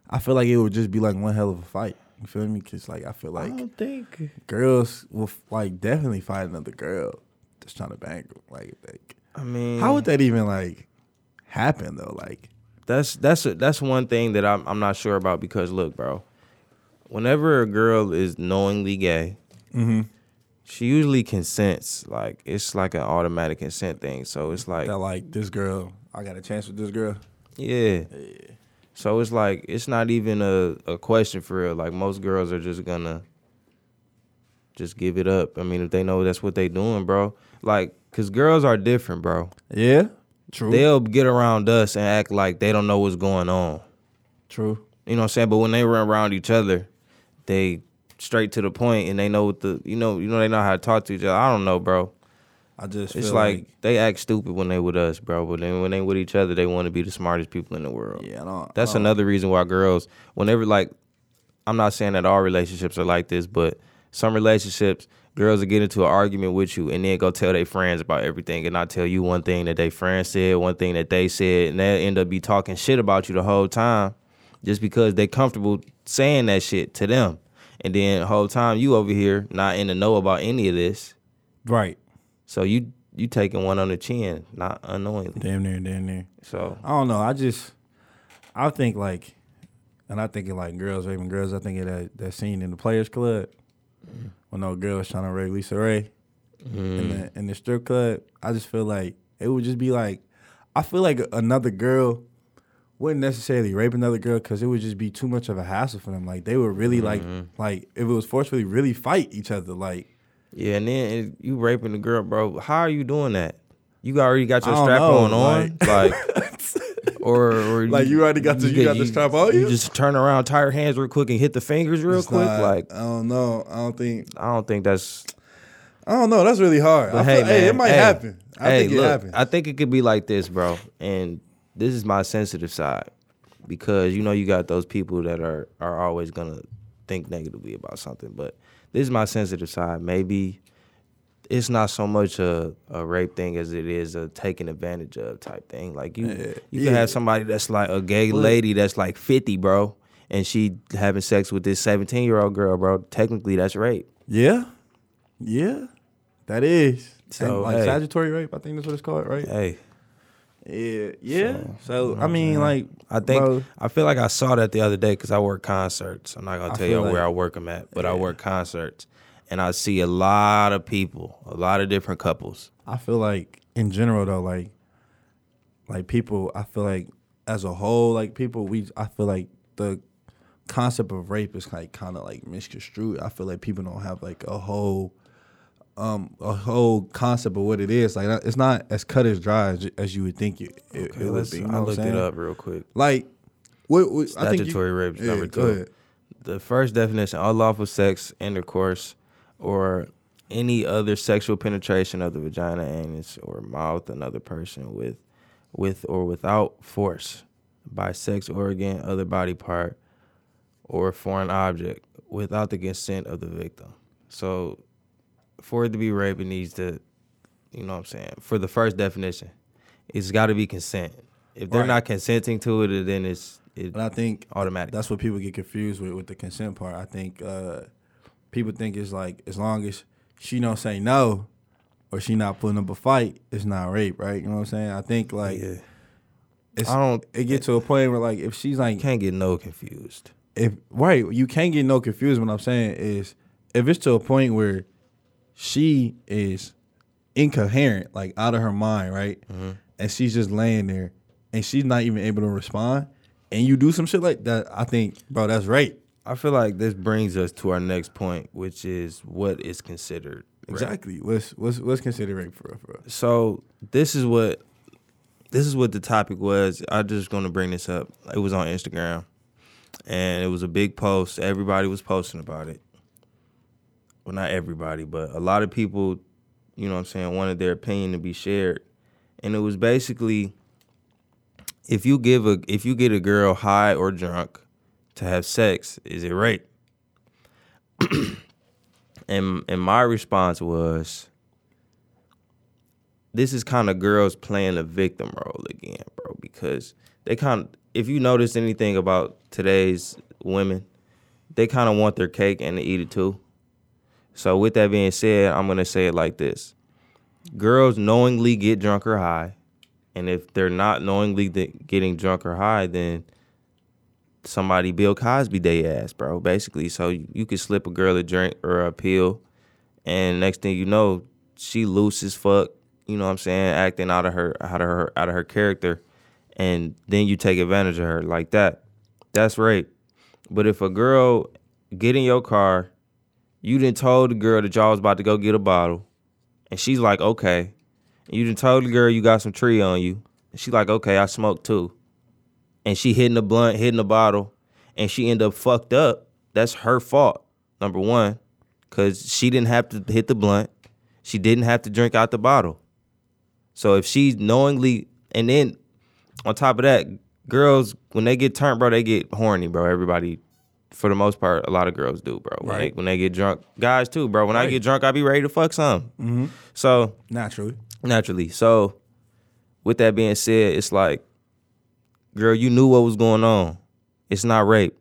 Speaker 2: I feel like it would just be like one hell of a fight. You feel me? Cause like I feel like
Speaker 1: think.
Speaker 2: girls will like definitely fight another girl just trying to bang them. Like, like
Speaker 1: I mean,
Speaker 2: how would that even like happen though? Like
Speaker 1: That's that's a, that's one thing that I'm I'm not sure about because look, bro, whenever a girl is knowingly gay, she usually consents. Like it's like an automatic consent thing. So it's like
Speaker 2: that like this girl, I got a chance with this girl.
Speaker 1: yeah. So it's like it's not even a, a question for real. Like most girls are just gonna just give it up. I mean, if they know that's what they doing, bro. Like, cause girls are different, bro.
Speaker 2: Yeah. True.
Speaker 1: They'll get around us and act like they don't know what's going on.
Speaker 2: True.
Speaker 1: You know what I'm saying? But when they run around each other, they straight to the point and they know what the you know, you know they know how to talk to each other. I don't know, bro.
Speaker 2: I just
Speaker 1: It's
Speaker 2: feel
Speaker 1: like, they act stupid when they with us, bro. But then when they with each other, they want to be the smartest people in the world.
Speaker 2: yeah, I don't.
Speaker 1: That's
Speaker 2: I don't-
Speaker 1: another reason why girls, whenever like, I'm not saying that all relationships are like this, but some relationships, girls will get into an argument with you and then go tell their friends about everything and not tell you one thing that their friend said, one thing that they said, and they end up be talking shit about you the whole time, just because they comfortable saying that shit to them. And then the whole time you over here not in the know about any of this,
Speaker 2: Right.
Speaker 1: so you you taking one on the chin, not unknowingly.
Speaker 2: Damn near. Damn near.
Speaker 1: So
Speaker 2: I don't know. I just, I think like, and I think of like girls raping girls. I think of that that scene in the Players Club when no girl was trying to rape Lisa Ray in, the, in the strip club. I just feel like it would just be like, I feel like another girl wouldn't necessarily rape another girl because it would just be too much of a hassle for them. Like they would really
Speaker 1: Mm-hmm.
Speaker 2: like like if it was forcefully really fight each other. Like
Speaker 1: Yeah, and then and you raping the girl, bro. How are you doing that? You already got your
Speaker 2: I don't
Speaker 1: strap
Speaker 2: know,
Speaker 1: on on, like, or, or
Speaker 2: Like, you already got the- you
Speaker 1: get-
Speaker 2: got the strap on
Speaker 1: You
Speaker 2: you?
Speaker 1: just turn around, tie your hands real quick, and hit the fingers real
Speaker 2: it's
Speaker 1: quick.
Speaker 2: not-
Speaker 1: like,
Speaker 2: I don't know. I don't think
Speaker 1: I don't think that's.
Speaker 2: I don't know. That's really hard.
Speaker 1: But
Speaker 2: I
Speaker 1: hey,
Speaker 2: feel,
Speaker 1: man,
Speaker 2: hey, it might
Speaker 1: hey,
Speaker 2: happen. I
Speaker 1: hey,
Speaker 2: think it
Speaker 1: look,
Speaker 2: happens.
Speaker 1: I think it could be like this, bro. And this is my sensitive side because you know you got those people that are are always gonna think negatively about something. But this is my sensitive side. Maybe it's not so much a, a rape thing as it is a taking advantage of type thing. Like you, you can
Speaker 2: yeah.
Speaker 1: have somebody that's like a gay lady that's like fifty, bro, and she having sex with this seventeen year old girl, bro. Technically, that's rape.
Speaker 2: Yeah, yeah, that is.
Speaker 1: So,
Speaker 2: So, like
Speaker 1: hey.
Speaker 2: statutory rape, I think that's what it's called, right?
Speaker 1: Hey,
Speaker 2: Yeah, yeah. So, I mean, like,
Speaker 1: I think
Speaker 2: bro,
Speaker 1: I feel like I saw that the other day because I work concerts. I'm not gonna tell
Speaker 2: feel
Speaker 1: you where
Speaker 2: like-
Speaker 1: I work them at, but I work concerts, and I see a lot of people, a lot of different couples.
Speaker 2: I feel like in general though, like, like people, I feel like as a whole, like people, we, I feel like the concept of rape is like kind of like misconstrued. I feel like people don't have like a whole. Um, a whole concept of what it is like it's not as cut as dry as, as you would think it, it, it would
Speaker 1: Let's-
Speaker 2: be. You know what
Speaker 1: I
Speaker 2: I'm
Speaker 1: looked it
Speaker 2: saying?
Speaker 1: up real quick.
Speaker 2: Like, what, what I think you-
Speaker 1: Statutory rape is
Speaker 2: Yeah,
Speaker 1: number
Speaker 2: go
Speaker 1: two.
Speaker 2: ahead.
Speaker 1: The first definition unlawful sex, intercourse, or any other sexual penetration of the vagina, anus, or mouth, another person with, with or without force, by sex organ, other body part, or foreign object, without the consent of the victim. So, for it to be rape, it needs to, you know what I'm saying? For the first definition, it's got to be consent. If they're
Speaker 2: Right.
Speaker 1: not consenting to it, then it's it
Speaker 2: But I think
Speaker 1: automatic.
Speaker 2: that's what people get confused with with the consent part. I think uh, people think it's like as long as she don't say no or she not putting up a fight, it's not rape, right? You know what I'm saying? I think like it's,
Speaker 1: I don't-
Speaker 2: It get to a point where like if she's like
Speaker 1: Can't get no confused.
Speaker 2: if right, you can't get no confused. What I'm saying is, if it's to a point where she is incoherent, like out of her mind, right, and she's just laying there and she's not even able to respond, and you do some shit like that, I think, bro, that's rape.
Speaker 1: I feel like this brings us to our next point, which is what is considered. rape.
Speaker 2: Exactly. Let's let's let's consider rape for real, for us.
Speaker 1: So this is what this is what the topic was. I'm just gonna bring this up. It was on Instagram, and it was a big post. Everybody was posting about it. Well, not everybody, but a lot of people, you know, what I'm saying, wanted their opinion to be shared, and it was basically if you give a if you get a girl high or drunk to have sex, is it rape? and and my response was this is kind of girls playing the victim role again, bro, because they kind of, if you notice anything about today's women, they kind of want their cake and to eat it too. So, with that being said, I'm going to say it like this Girls knowingly get drunk or high. And if they're not knowingly th- getting drunk or high, then somebody Bill Cosby they ass, bro, basically. So, you, you could slip a girl a drink or a pill. And next thing you know, she loose as fuck. You know what I'm saying? Acting out of her, out of her, out of her character, and then you take advantage of her like that. That's rape. But if a girl get in your car, you didn't told the girl that y'all was about to go get a bottle, and she's like, okay. And you didn't told the girl you got some tree on you, and she's like, okay, I smoke too. And she hitting the blunt, hitting the bottle, and she end up fucked up. That's her fault. Number one, because she didn't have to hit the blunt. She didn't have to drink out the bottle. So if she's knowingly, and then on top of that, girls when they get turned, bro, they get horny, bro. Everybody, for the most part, a lot of girls do, bro. Right?
Speaker 2: Right.
Speaker 1: When they get drunk, guys too, bro. When I
Speaker 2: Right. Mm-hmm.
Speaker 1: get drunk, I be ready to fuck some. So
Speaker 2: Naturally.
Speaker 1: naturally, so with that being said, it's like, girl, you knew what was going on. It's not rape.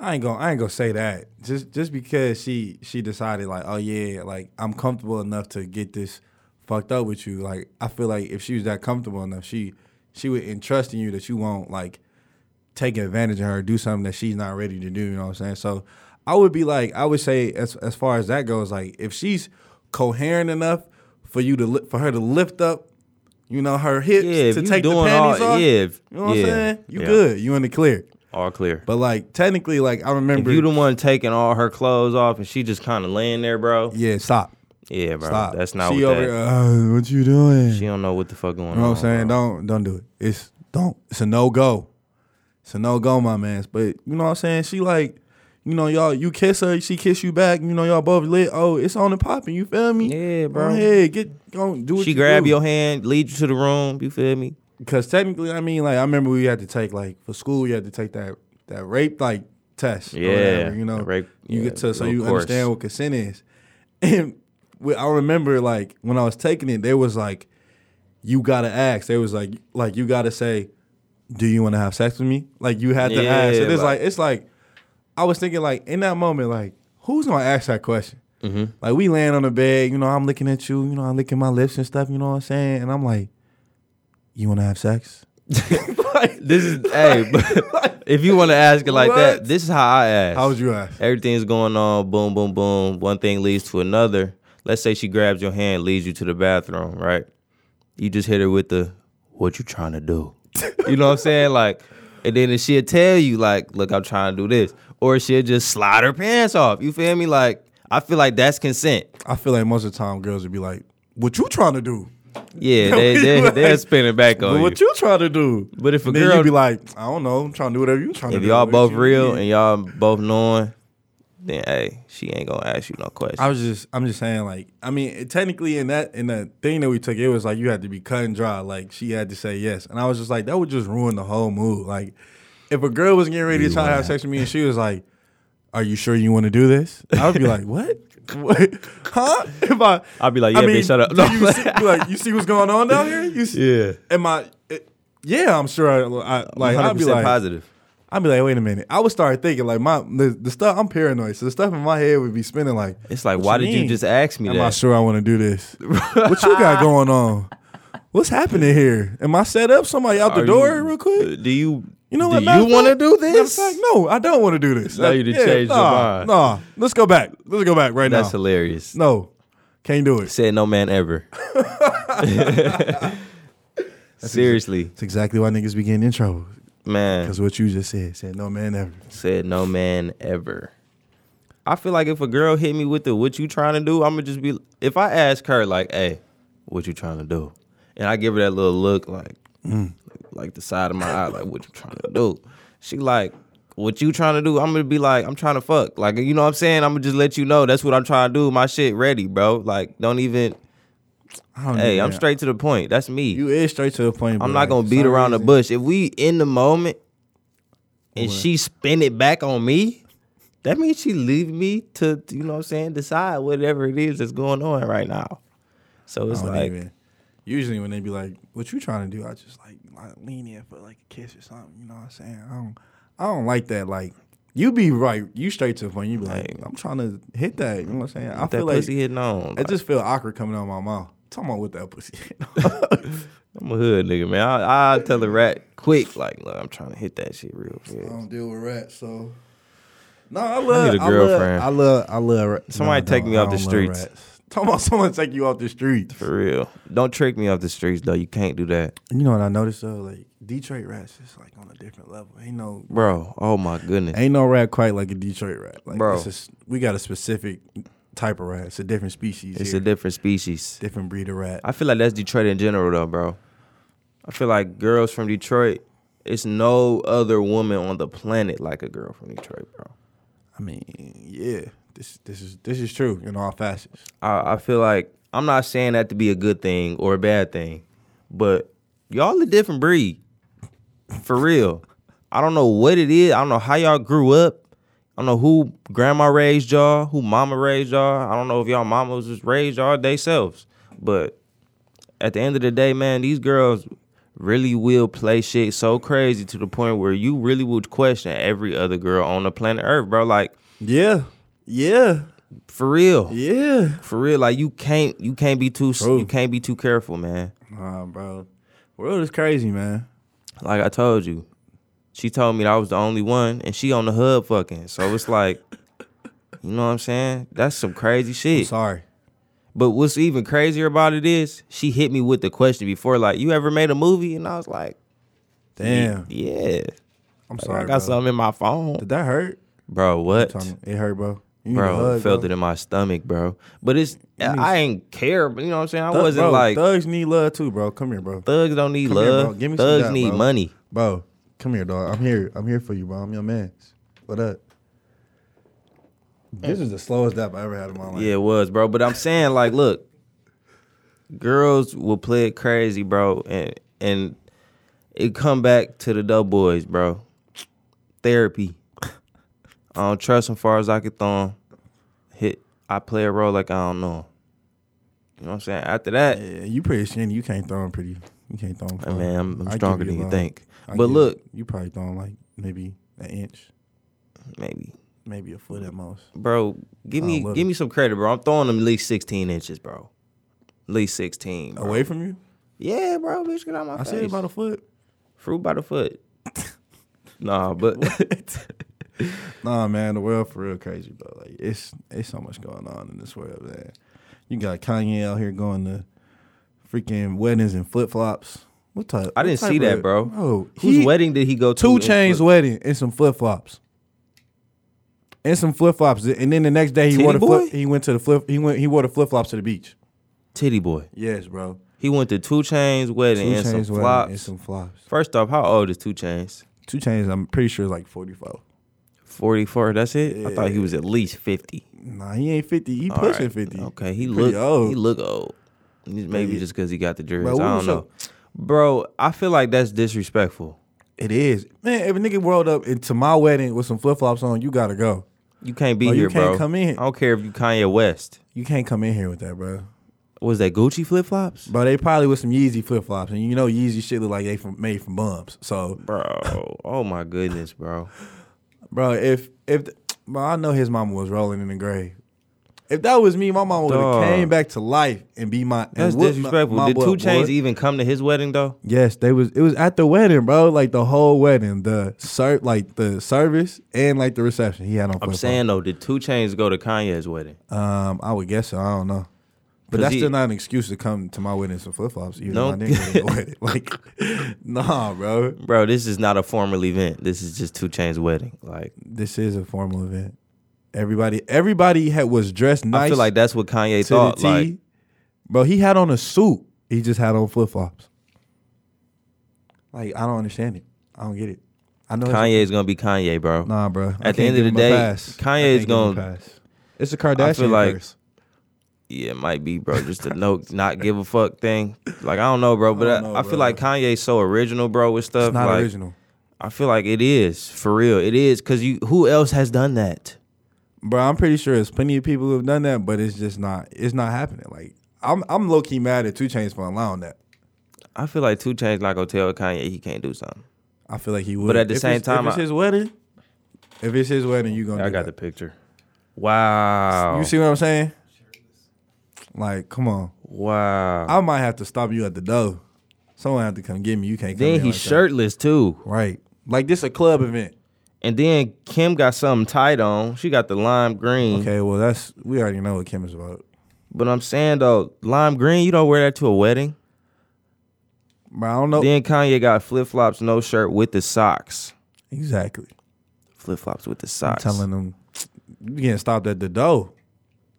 Speaker 2: I ain't gonna I ain't gonna say that. Just just because she she decided like, oh yeah, like I'm comfortable enough to get this fucked up with you. Like I feel like if she was that comfortable enough, she she would entrust in you that you won't like take advantage of her, do something that she's not ready to do, you know what I'm saying? So I would be like, I would say as as far as that goes, like if she's coherent enough for you to li- for her to lift up, you know, her hips
Speaker 1: Yeah, if
Speaker 2: to
Speaker 1: you
Speaker 2: take the
Speaker 1: doing
Speaker 2: panties
Speaker 1: all-
Speaker 2: off.
Speaker 1: yeah, if-
Speaker 2: you know what
Speaker 1: yeah,
Speaker 2: I'm saying? You
Speaker 1: yeah.
Speaker 2: good. You in the clear.
Speaker 1: All clear.
Speaker 2: But like technically, like I
Speaker 1: If
Speaker 2: remember
Speaker 1: you the one taking all her clothes off and she just kind of laying there, bro.
Speaker 2: Yeah, stop.
Speaker 1: Yeah, bro.
Speaker 2: Stop.
Speaker 1: That's not
Speaker 2: she
Speaker 1: what
Speaker 2: over.
Speaker 1: that.
Speaker 2: Uh, what you doing?
Speaker 1: she Uh-huh.
Speaker 2: you
Speaker 1: don't know what the fuck going on.
Speaker 2: know what I'm saying?
Speaker 1: bro.
Speaker 2: Don't don't do it. It's don't. It's a no go. It's a no go, my man. But you know what I'm saying? She like, you know, y'all. You kiss her, she kiss you back. You know, y'all both lit. Oh, it's on and popping. You feel me?
Speaker 1: Yeah, bro.
Speaker 2: Go ahead, get go do what
Speaker 1: She
Speaker 2: you
Speaker 1: grab
Speaker 2: do.
Speaker 1: your hand, lead you to the room. You feel me?
Speaker 2: Because technically, I mean, like I remember we had to take like for school, you had to take that that rape like test. or
Speaker 1: Yeah,
Speaker 2: whatever, you know,
Speaker 1: the rape-
Speaker 2: you
Speaker 1: yeah,
Speaker 2: get to so
Speaker 1: little
Speaker 2: you
Speaker 1: course.
Speaker 2: understand what consent is. And we, I remember like when I was taking it, there was like, you gotta ask. There was like like you gotta say, do you want to have sex with me? Like you had to
Speaker 1: Yeah,
Speaker 2: ask. And it's
Speaker 1: like-
Speaker 2: like it's like I was thinking like in that moment like who's gonna ask that question?
Speaker 1: Mm-hmm.
Speaker 2: Like we laying on the bed, you know, I'm looking at you, you know, I'm licking my lips and stuff, you know what I'm saying? And I'm like, you want to have sex? like,
Speaker 1: This is hey. but if you want to ask it like that,
Speaker 2: What?
Speaker 1: this is how I ask.
Speaker 2: how would you ask?
Speaker 1: Everything's going on. Boom, boom, boom. One thing leads to another. Let's say she grabs your hand, leads you to the bathroom, right? You just hit her with the "What you trying to do?" you know what I'm saying? Like, and then she'll tell you like, "Look, I'm trying to do this," or she'll just slide her pants off. You feel me? Like, I feel like that's consent.
Speaker 2: I feel like most of the time girls would be like, what you trying to do?
Speaker 1: Yeah, they they
Speaker 2: Like,
Speaker 1: they're spinning back on
Speaker 2: But
Speaker 1: you.
Speaker 2: what you trying to do?
Speaker 1: Oh, But if a
Speaker 2: And then
Speaker 1: girl-
Speaker 2: you'd be like, I don't know, I'm trying to do whatever you trying to
Speaker 1: If
Speaker 2: do.
Speaker 1: y'all
Speaker 2: What
Speaker 1: both
Speaker 2: you-
Speaker 1: real
Speaker 2: yeah.
Speaker 1: and y'all both knowing, then hey, she ain't gonna ask you no questions.
Speaker 2: I was just, I'm just saying, like, I mean, it- technically, in that, in the thing that we took, it was like you had to be cut and dry. Like, she had to say yes, and I was just like, that would just ruin the whole mood. Like, if a girl was getting ready to try to have sex with me, and she was like, "Are you sure you want to do this?" I would be like, "What? what? Huh?" If I,
Speaker 1: I'd be like,
Speaker 2: I
Speaker 1: "Yeah, bitch, shut up."
Speaker 2: do
Speaker 1: No.
Speaker 2: you see, be like, you see what's going on down here? You see,
Speaker 1: yeah,
Speaker 2: Am I? It, yeah, I'm sure. I, I like,
Speaker 1: hundred
Speaker 2: I'd be
Speaker 1: percent
Speaker 2: like,
Speaker 1: positive.
Speaker 2: I'd be like, wait a minute. I would start thinking like my the, the stuff. I'm paranoid, so the stuff in my head would be spinning like.
Speaker 1: It's like,
Speaker 2: what
Speaker 1: why did you
Speaker 2: mean?
Speaker 1: just ask me
Speaker 2: Am I
Speaker 1: that?
Speaker 2: sure I want to do this? what you got going on? What's happening here? Am I set up? Somebody out the
Speaker 1: Are
Speaker 2: door
Speaker 1: you-
Speaker 2: real quick.
Speaker 1: Do you?
Speaker 2: You know
Speaker 1: do
Speaker 2: what?
Speaker 1: You want to
Speaker 2: to
Speaker 1: do this?
Speaker 2: Fact, no, I don't want to do this.
Speaker 1: Now you done changed your
Speaker 2: nah,
Speaker 1: mind.
Speaker 2: Nah, let's go back. Let's go back right
Speaker 1: That's
Speaker 2: now.
Speaker 1: hilarious.
Speaker 2: no, can't do it.
Speaker 1: Said no man ever. Seriously,
Speaker 2: That's exactly why niggas be getting in trouble.
Speaker 1: man.
Speaker 2: Because what you just said. Said no man ever.
Speaker 1: Said no man ever. I feel like if a girl hit me with the "What you trying to do," I'ma just be. If I ask her like, "Hey, what you trying to do?" and I give her that little look like, like the side of my eye, like, "What you trying to do?" She like, "What you trying to do?" I'm gonna be like, "I'm trying to fuck." Like, you know what I'm saying? I'm gonna just let you know that's what I'm trying to do. My shit ready, bro. Like, don't even.
Speaker 2: I don't
Speaker 1: Hey,
Speaker 2: do
Speaker 1: I'm
Speaker 2: that.
Speaker 1: straight to the point. That's me.
Speaker 2: You is straight to the point.
Speaker 1: I'm
Speaker 2: but,
Speaker 1: not
Speaker 2: like,
Speaker 1: gonna
Speaker 2: for
Speaker 1: beat
Speaker 2: some
Speaker 1: around the
Speaker 2: reason-
Speaker 1: bush. If we in the moment and
Speaker 2: What?
Speaker 1: she spin it back on me, that means she leave me to you know what I'm saying decide whatever it is that's going on right now. So it's
Speaker 2: I don't
Speaker 1: like
Speaker 2: even. Usually when they be like, "What you trying to do?" I just like, like lean in for like a kiss or something. You know what I'm saying? I don't, I don't like that. Like, you be right. You straight to the point. You be like,
Speaker 1: Like-
Speaker 2: "I'm trying to hit that." You know what I'm saying? I
Speaker 1: that
Speaker 2: feel like
Speaker 1: pussy hitting on.
Speaker 2: I
Speaker 1: like,
Speaker 2: just feel awkward coming out of my mouth. Talking about with that pussy.
Speaker 1: I'm a hood nigga, man. I I tell the rat quick like, look, I'm trying to hit that shit real quick.
Speaker 2: deal with rats, so. No, I love.
Speaker 1: need a
Speaker 2: I love-
Speaker 1: girlfriend.
Speaker 2: I love. I love. rats.
Speaker 1: Somebody take me off the
Speaker 2: don't love
Speaker 1: streets.
Speaker 2: rats. Talking about someone take you off the streets.
Speaker 1: For real. Don't trick me off the streets though. You can't do that.
Speaker 2: You know what I noticed though? Like Detroit rats is like on a different level. Ain't no
Speaker 1: Bro, oh my goodness.
Speaker 2: ain't no rat quite like a Detroit rat. Like
Speaker 1: Bro.
Speaker 2: it's just we got a specific type of rat. It's a different species.
Speaker 1: It's
Speaker 2: here.
Speaker 1: a different species.
Speaker 2: different breed of rat.
Speaker 1: I feel like that's Detroit in general though, bro. I feel like girls from Detroit, it's no other woman on the planet like a girl from Detroit, bro.
Speaker 2: I mean, yeah. This this is this is true in all facets.
Speaker 1: I, I feel like I'm not saying that to be a good thing or a bad thing, but y'all a different breed. For real. I don't know what it is. I don't know how y'all grew up. I don't know who grandma raised y'all, who mama raised y'all. I don't know if y'all mamas just raised y'all themselves. But at the end of the day, man, these girls really will play shit so crazy to the point where you really would question every other girl on the planet Earth, bro. Like,
Speaker 2: Yeah. Yeah.
Speaker 1: for real.
Speaker 2: Yeah.
Speaker 1: For real, like you can't you can't be too
Speaker 2: True.
Speaker 1: you can't be too careful, man.
Speaker 2: Nah, bro. World is crazy, man.
Speaker 1: Like I told you, she told me that I was the only one, and she on the hub fucking. So it's like, you know what I'm saying? That's some crazy shit.
Speaker 2: Sorry.
Speaker 1: But what's even crazier about it is she hit me with the question before, like, you ever made a movie? And I was like,
Speaker 2: Damn.
Speaker 1: yeah,
Speaker 2: I'm
Speaker 1: Like,
Speaker 2: sorry.
Speaker 1: I got
Speaker 2: bro.
Speaker 1: something in my phone,
Speaker 2: Did that hurt?
Speaker 1: bro. What?
Speaker 2: Tommy, It hurt, bro. You need
Speaker 1: Bro,
Speaker 2: a hug,
Speaker 1: felt
Speaker 2: bro.
Speaker 1: it in my stomach, bro. But it's
Speaker 2: You need-
Speaker 1: I ain't care, but you know what I'm saying. I
Speaker 2: Thug-
Speaker 1: wasn't
Speaker 2: bro,
Speaker 1: like
Speaker 2: thugs need love too, bro. Come here, bro.
Speaker 1: thugs don't need
Speaker 2: Come here,
Speaker 1: love.
Speaker 2: bro. Give me some
Speaker 1: thugs
Speaker 2: of that,
Speaker 1: need
Speaker 2: bro.
Speaker 1: money.
Speaker 2: Bro, come here, dog. I'm here. I'm here for you, bro. I'm your man's. What up? This is the slowest dap I ever had in my life.
Speaker 1: Yeah, it was, bro. But I'm saying, like, look, girls will play it crazy, bro, and and it come back to the dope boys, bro. Therapy. I don't trust him far as I can throw him. Hit. I play a role like I don't know him. You know what I'm saying? After that,
Speaker 2: Yeah, you pretty skinny. You can't throw him pretty. You can't throw him. far.
Speaker 1: man, I'm,
Speaker 2: I
Speaker 1: I'm
Speaker 2: give
Speaker 1: stronger
Speaker 2: you
Speaker 1: than you
Speaker 2: love.
Speaker 1: think.
Speaker 2: I
Speaker 1: but
Speaker 2: give-
Speaker 1: look,
Speaker 2: you probably throw him like maybe an inch,
Speaker 1: maybe,
Speaker 2: maybe a foot at most.
Speaker 1: bro, give
Speaker 2: I
Speaker 1: me
Speaker 2: love
Speaker 1: give
Speaker 2: it.
Speaker 1: me some credit, bro. I'm throwing him at least 16 inches, bro. At least 16. Bro.
Speaker 2: Away from you,
Speaker 1: Yeah, bro, bitch, get out my
Speaker 2: Oh. I
Speaker 1: face.
Speaker 2: said about a foot.
Speaker 1: Fruit by the foot. nah, but
Speaker 2: Nah, man, the world for real crazy, bro. Like it's it's so much going on in this world, man. You got Kanye out here going to freaking weddings and flip flops. What type?
Speaker 1: I didn't
Speaker 2: what type
Speaker 1: see
Speaker 2: of-
Speaker 1: that, bro.
Speaker 2: Bro,
Speaker 1: whose
Speaker 2: he,
Speaker 1: wedding did he go to?
Speaker 2: Two
Speaker 1: in
Speaker 2: Chains
Speaker 1: Florida?
Speaker 2: wedding and some flip flops. And some flip flops, and then the next day he
Speaker 1: Titty
Speaker 2: wore the flip,
Speaker 1: boy?
Speaker 2: he went to the flip he went he wore the flip flops to the beach.
Speaker 1: Titty boy.
Speaker 2: Yes, bro.
Speaker 1: He went to Two Chains
Speaker 2: Two
Speaker 1: wedding and
Speaker 2: Chains
Speaker 1: some
Speaker 2: wedding
Speaker 1: flops.
Speaker 2: and some flops.
Speaker 1: First off, how old is Two Chains?
Speaker 2: Two Chains, I'm pretty sure is like forty four.
Speaker 1: Forty four. That's it. I thought he was at least fifty.
Speaker 2: Nah, he ain't fifty. He
Speaker 1: All
Speaker 2: pushing
Speaker 1: right.
Speaker 2: fifty.
Speaker 1: Okay, he
Speaker 2: pretty
Speaker 1: looked
Speaker 2: old.
Speaker 1: he look old. Maybe
Speaker 2: Yeah.
Speaker 1: just because he got the jersey.
Speaker 2: Bro, we
Speaker 1: I
Speaker 2: was
Speaker 1: don't know, bro. I feel like that's disrespectful.
Speaker 2: It is. Man, if a nigga rolled up into my wedding with some flip flops on, you gotta go.
Speaker 1: You can't be
Speaker 2: Bro, Oh, you
Speaker 1: here,
Speaker 2: can't
Speaker 1: bro.
Speaker 2: come in.
Speaker 1: I don't care if you Kanye West.
Speaker 2: You can't come in here with that, bro.
Speaker 1: Was that Gucci flip flops,
Speaker 2: Bro, they probably with some Yeezy flip flops, and you know Yeezy shit look like they from made from bums. So,
Speaker 1: bro? Oh my goodness, bro.
Speaker 2: bro, if if bro, I know his mama was rolling in the grave. If that was me, my mama would have
Speaker 1: Dog.
Speaker 2: came back to life and be my. and
Speaker 1: That's
Speaker 2: whoop my-
Speaker 1: disrespectful.
Speaker 2: my
Speaker 1: Did
Speaker 2: butt,
Speaker 1: Two Chains
Speaker 2: boy.
Speaker 1: even come to his wedding though?
Speaker 2: Yes, they was. It was at the wedding, bro. Like the whole wedding, the ser- like the service and like the reception. He had on.
Speaker 1: I'm
Speaker 2: flip-flops.
Speaker 1: saying though, did Two Chains go to Kanye's wedding?
Speaker 2: Um, I would guess so. I don't know. But
Speaker 1: 'Cause
Speaker 2: that's
Speaker 1: he-
Speaker 2: still not an excuse to come to my wedding in some flip flops. Even
Speaker 1: No.
Speaker 2: though I didn't go to the wedding. Like, nah, bro.
Speaker 1: Bro, this is not a formal event. This is just Two Chains' wedding. Like
Speaker 2: This is a formal event. Everybody, everybody had was dressed nice.
Speaker 1: I feel like that's what Kanye
Speaker 2: to
Speaker 1: thought.
Speaker 2: the T.
Speaker 1: Like,
Speaker 2: bro, he had on a suit. He just had on flip flops. Like, I don't understand it. I don't get it. I know. it's-
Speaker 1: Kanye's gonna be Kanye, bro.
Speaker 2: Nah, bro.
Speaker 1: At the end of the day, Kanye is gonna-
Speaker 2: It's a Kardashian. I feel
Speaker 1: like-
Speaker 2: like
Speaker 1: Yeah, it might be, bro. Just a no, not give a fuck thing. Like I don't know, bro. But I,
Speaker 2: don't know,
Speaker 1: I feel
Speaker 2: bro.
Speaker 1: like Kanye's so original, bro, with stuff.
Speaker 2: it's not
Speaker 1: like
Speaker 2: original,
Speaker 1: I feel like it is for real. It is because you. Who else has done that?
Speaker 2: bro. I'm pretty sure there's plenty of people who have done that, but it's just not. It's not happening. Like, I'm I'm low key mad at Two Chains for allowing that.
Speaker 1: I feel like Two Chains not gonna tell Kanye he can't do something.
Speaker 2: I feel like he would.
Speaker 1: at the
Speaker 2: If
Speaker 1: same
Speaker 2: it's-
Speaker 1: time,
Speaker 2: if it's
Speaker 1: I-
Speaker 2: his wedding, if it's his wedding, you gonna.
Speaker 1: I
Speaker 2: do
Speaker 1: got the
Speaker 2: that.
Speaker 1: picture. Wow.
Speaker 2: You see what I'm saying? Like, come on.
Speaker 1: Wow.
Speaker 2: I might have to stop you at the door. Someone have to come get me. You can't. Come
Speaker 1: Then
Speaker 2: in
Speaker 1: he's
Speaker 2: like that.
Speaker 1: shirtless too.
Speaker 2: Right. Like this a club event.
Speaker 1: And then Kim got something tight on. She got the lime green.
Speaker 2: Okay. Well, that's we already know what Kim is about.
Speaker 1: But I'm saying though, lime green, you don't wear that to a wedding.
Speaker 2: Bro, I don't know
Speaker 1: Then Kanye got flip flops, no shirt with the socks.
Speaker 2: exactly.
Speaker 1: Flip flops with the
Speaker 2: I'm
Speaker 1: socks.
Speaker 2: telling them you can't stop at the door.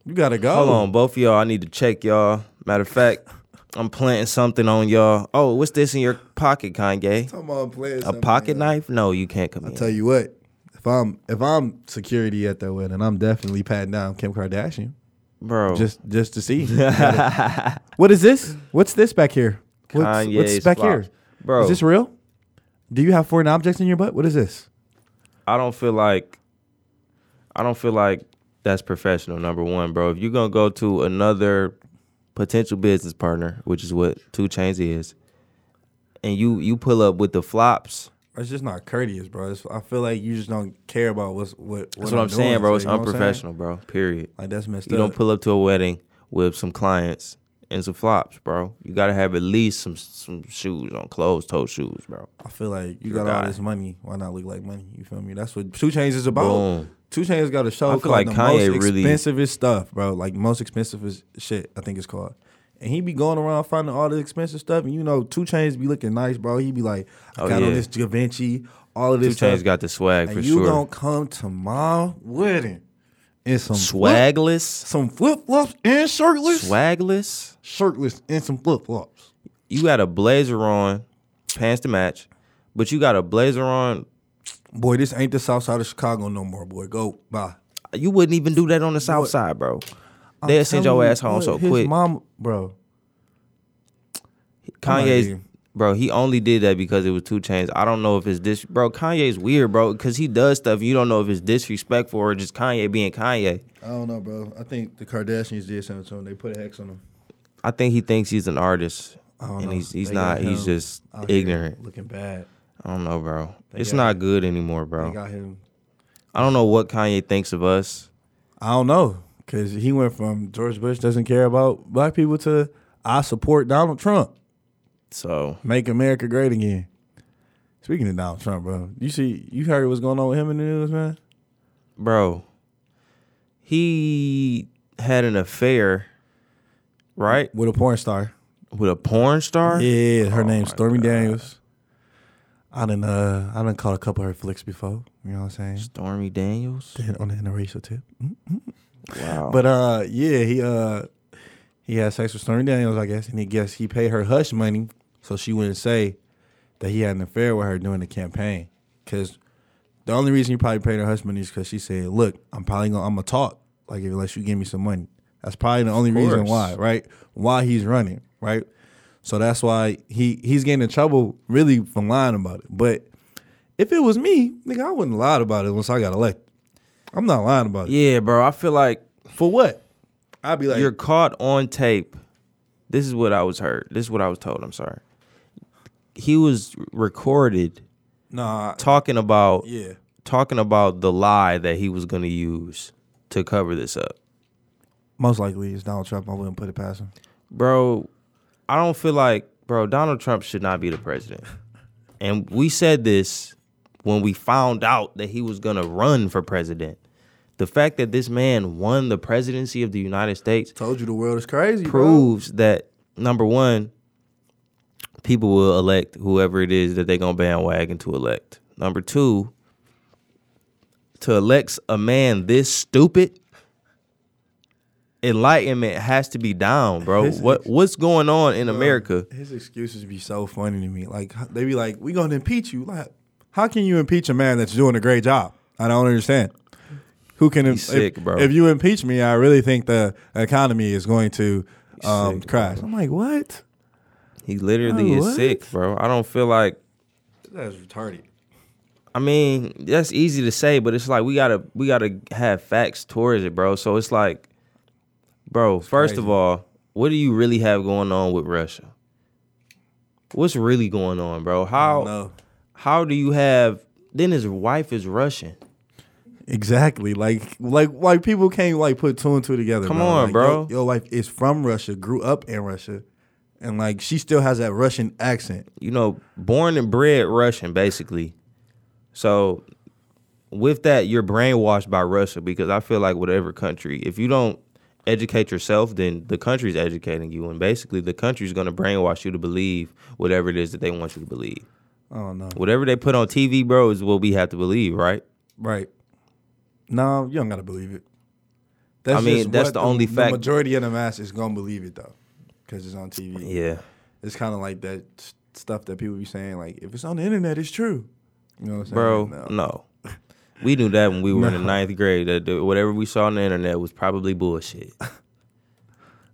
Speaker 2: You gotta go.
Speaker 1: Hold on, both of y'all. I need to check y'all. Matter of fact, I'm planting something on y'all. Oh, what's this in your pocket, Kanye?
Speaker 2: Come on, playing
Speaker 1: A pocket knife? No, you can't come in.
Speaker 2: Tell you what, if I'm if I'm security at that wedding, I'm definitely patting down Kim Kardashian
Speaker 1: Bro.
Speaker 2: just just to see. what is this? What's this back here? What's,
Speaker 1: Kanye's
Speaker 2: what's back
Speaker 1: flops.
Speaker 2: here?
Speaker 1: Bro,
Speaker 2: Is this real? Do you have foreign objects in your butt? What is this?
Speaker 1: I don't feel like I don't feel like that's professional, number one, bro. If you're gonna go to another potential business partner, which is what two chains is, and you you pull up with the flops,
Speaker 2: It's just not courteous, bro. It's, I feel like you just don't care about what's what.
Speaker 1: that's what I'm, saying, bro. It's unprofessional, bro. Period.
Speaker 2: Like that's messed
Speaker 1: You
Speaker 2: up.
Speaker 1: don't pull up to a wedding with some clients and some flops, bro. You gotta have at least some some shoes on, closed toe shoes, bro.
Speaker 2: I feel like you
Speaker 1: Your
Speaker 2: got all
Speaker 1: guy.
Speaker 2: this money. Why not look like money? You feel me? That's what Two Chains is about.
Speaker 1: Boom.
Speaker 2: Two Chains got a show
Speaker 1: I feel
Speaker 2: called
Speaker 1: like
Speaker 2: the
Speaker 1: Kanye
Speaker 2: most
Speaker 1: really-
Speaker 2: expensivest stuff, bro. Like most expensive is shit. I think it's called. And he be going around finding all the expensive stuff, and you know, Two Chains be looking nice, bro. He be like, I
Speaker 1: Oh,
Speaker 2: got on
Speaker 1: yeah.
Speaker 2: this Da Vinci, all of
Speaker 1: Two
Speaker 2: this
Speaker 1: chains
Speaker 2: stuff.
Speaker 1: got the swag
Speaker 2: and
Speaker 1: for
Speaker 2: you
Speaker 1: sure.
Speaker 2: gonna come to my wedding in some flip-
Speaker 1: Swagless,
Speaker 2: some flip flops and shirtless,
Speaker 1: swagless.
Speaker 2: shirtless and some flip flops.
Speaker 1: you got a blazer on, pants to match, but you got a blazer on.
Speaker 2: Boy, this ain't the South Side of Chicago no more. Boy, go bye.
Speaker 1: You wouldn't even do that on the south side, bro. They'll send your ass home so
Speaker 2: his
Speaker 1: quick.
Speaker 2: Mom, bro, I'm outta
Speaker 1: Kanye's
Speaker 2: here.
Speaker 1: bro, he only did that because it was two chains. I don't know if it's dis bro, Kanye's weird, bro, because he does stuff you don't know if it's disrespectful or just Kanye being Kanye.
Speaker 2: I don't know, bro. I think the Kardashians did something to him. They put a hex on him.
Speaker 1: I think he thinks he's an artist.
Speaker 2: don't
Speaker 1: And
Speaker 2: know.
Speaker 1: he's he's
Speaker 2: They
Speaker 1: not,
Speaker 2: got
Speaker 1: he's
Speaker 2: him
Speaker 1: just
Speaker 2: out here
Speaker 1: ignorant.
Speaker 2: looking bad.
Speaker 1: I don't know, bro. It's
Speaker 2: got
Speaker 1: not good anymore,
Speaker 2: They
Speaker 1: bro.
Speaker 2: got him.
Speaker 1: I don't know what Kanye thinks of us.
Speaker 2: I don't know, cause he went from George Bush doesn't care about black people to I support Donald Trump,
Speaker 1: So
Speaker 2: make America great again. Speaking of Donald Trump, bro, you see, you heard what's going on with him in the news, man.
Speaker 1: bro he had an affair right
Speaker 2: With a porn star.
Speaker 1: with a porn star
Speaker 2: Yeah, her name's
Speaker 1: my
Speaker 2: Stormy Daniels. I done uh I done caught a couple of her flicks before. You know what I'm saying?
Speaker 1: stormy daniels
Speaker 2: Then on the interracial tip.
Speaker 1: wow
Speaker 2: But uh yeah, he uh he had sex with Stormy Daniels, I guess, and he guess he paid her hush money so she wouldn't say that he had an affair with her during the campaign. Cause the only reason he probably paid her hush money is because she said, Look, I'm probably gonna I'm gonna talk, like unless you give me some money. That's probably the only reason
Speaker 1: course.
Speaker 2: why, right? Why he's running, right? So that's why he he's getting in trouble really for lying about it. But if it was me, nigga, I wouldn't lie about it once I got elected. I'm not lying about it.
Speaker 1: yeah bro i feel like
Speaker 2: For what? I'd be like,
Speaker 1: you're caught on tape this is what i was heard this is what i was told i'm sorry he was recorded
Speaker 2: nah,
Speaker 1: talking about
Speaker 2: yeah.
Speaker 1: talking about the lie that he was going to use to cover this up
Speaker 2: Most likely it's Donald Trump. I wouldn't put it past him.
Speaker 1: bro, I don't feel like, bro, Donald Trump should not be the president. And we said this when we found out that he was going to run for president. The fact that this man won the presidency of the United States
Speaker 2: Told you the world is crazy,
Speaker 1: proves that number one, people will elect whoever it is that they're gonna bandwagon to elect. Number two, to elect a man this stupid, enlightenment has to be down, bro.
Speaker 2: His-
Speaker 1: What what's going on in America?
Speaker 2: His excuses be so funny to me. Like they be like, "We gonna impeach you." Like, how can you impeach a man that's doing a great job? I don't understand. Who can
Speaker 1: He's sick,
Speaker 2: if,
Speaker 1: bro.
Speaker 2: If you impeach me, I really think the economy is going to um,
Speaker 1: sick,
Speaker 2: crash. I'm like, what?
Speaker 1: He literally
Speaker 2: Oh,
Speaker 1: is
Speaker 2: what?
Speaker 1: sick, bro. I don't feel like
Speaker 2: That's retarded.
Speaker 1: I mean, that's easy to say, but it's like we gotta we gotta have facts towards it, bro. So it's like, bro, first of
Speaker 2: crazy.
Speaker 1: all, what do you really have going on with Russia? What's really going on, bro? How
Speaker 2: No,
Speaker 1: how do you have then his wife is Russian?
Speaker 2: exactly. Like, like, like people can't like put two and two together.
Speaker 1: Come
Speaker 2: bro.
Speaker 1: on,
Speaker 2: Like,
Speaker 1: bro.
Speaker 2: Your, your wife is from Russia, grew up in Russia, and like she still has that Russian accent.
Speaker 1: You know, born and bred Russian, basically. So with that, you're brainwashed by Russia because I feel like whatever country, if you don't educate yourself, then the country's educating you, and basically the country's gonna brainwash you to believe whatever it is that they want you to believe.
Speaker 2: I don't know.
Speaker 1: Whatever they put on TV, bro, is what we have to believe, right?
Speaker 2: Right. No, you don't gotta believe it. That's
Speaker 1: I mean, that's
Speaker 2: what
Speaker 1: the only fact-
Speaker 2: The majority of the mass is gonna believe it though, because it's on TV.
Speaker 1: Yeah.
Speaker 2: It's kind of like that s- stuff that people be saying, like if it's on the internet, it's true. You know what I'm saying,
Speaker 1: Bro,
Speaker 2: No.
Speaker 1: no. We knew that when we were in the ninth grade that the, whatever we saw on the internet was probably bullshit,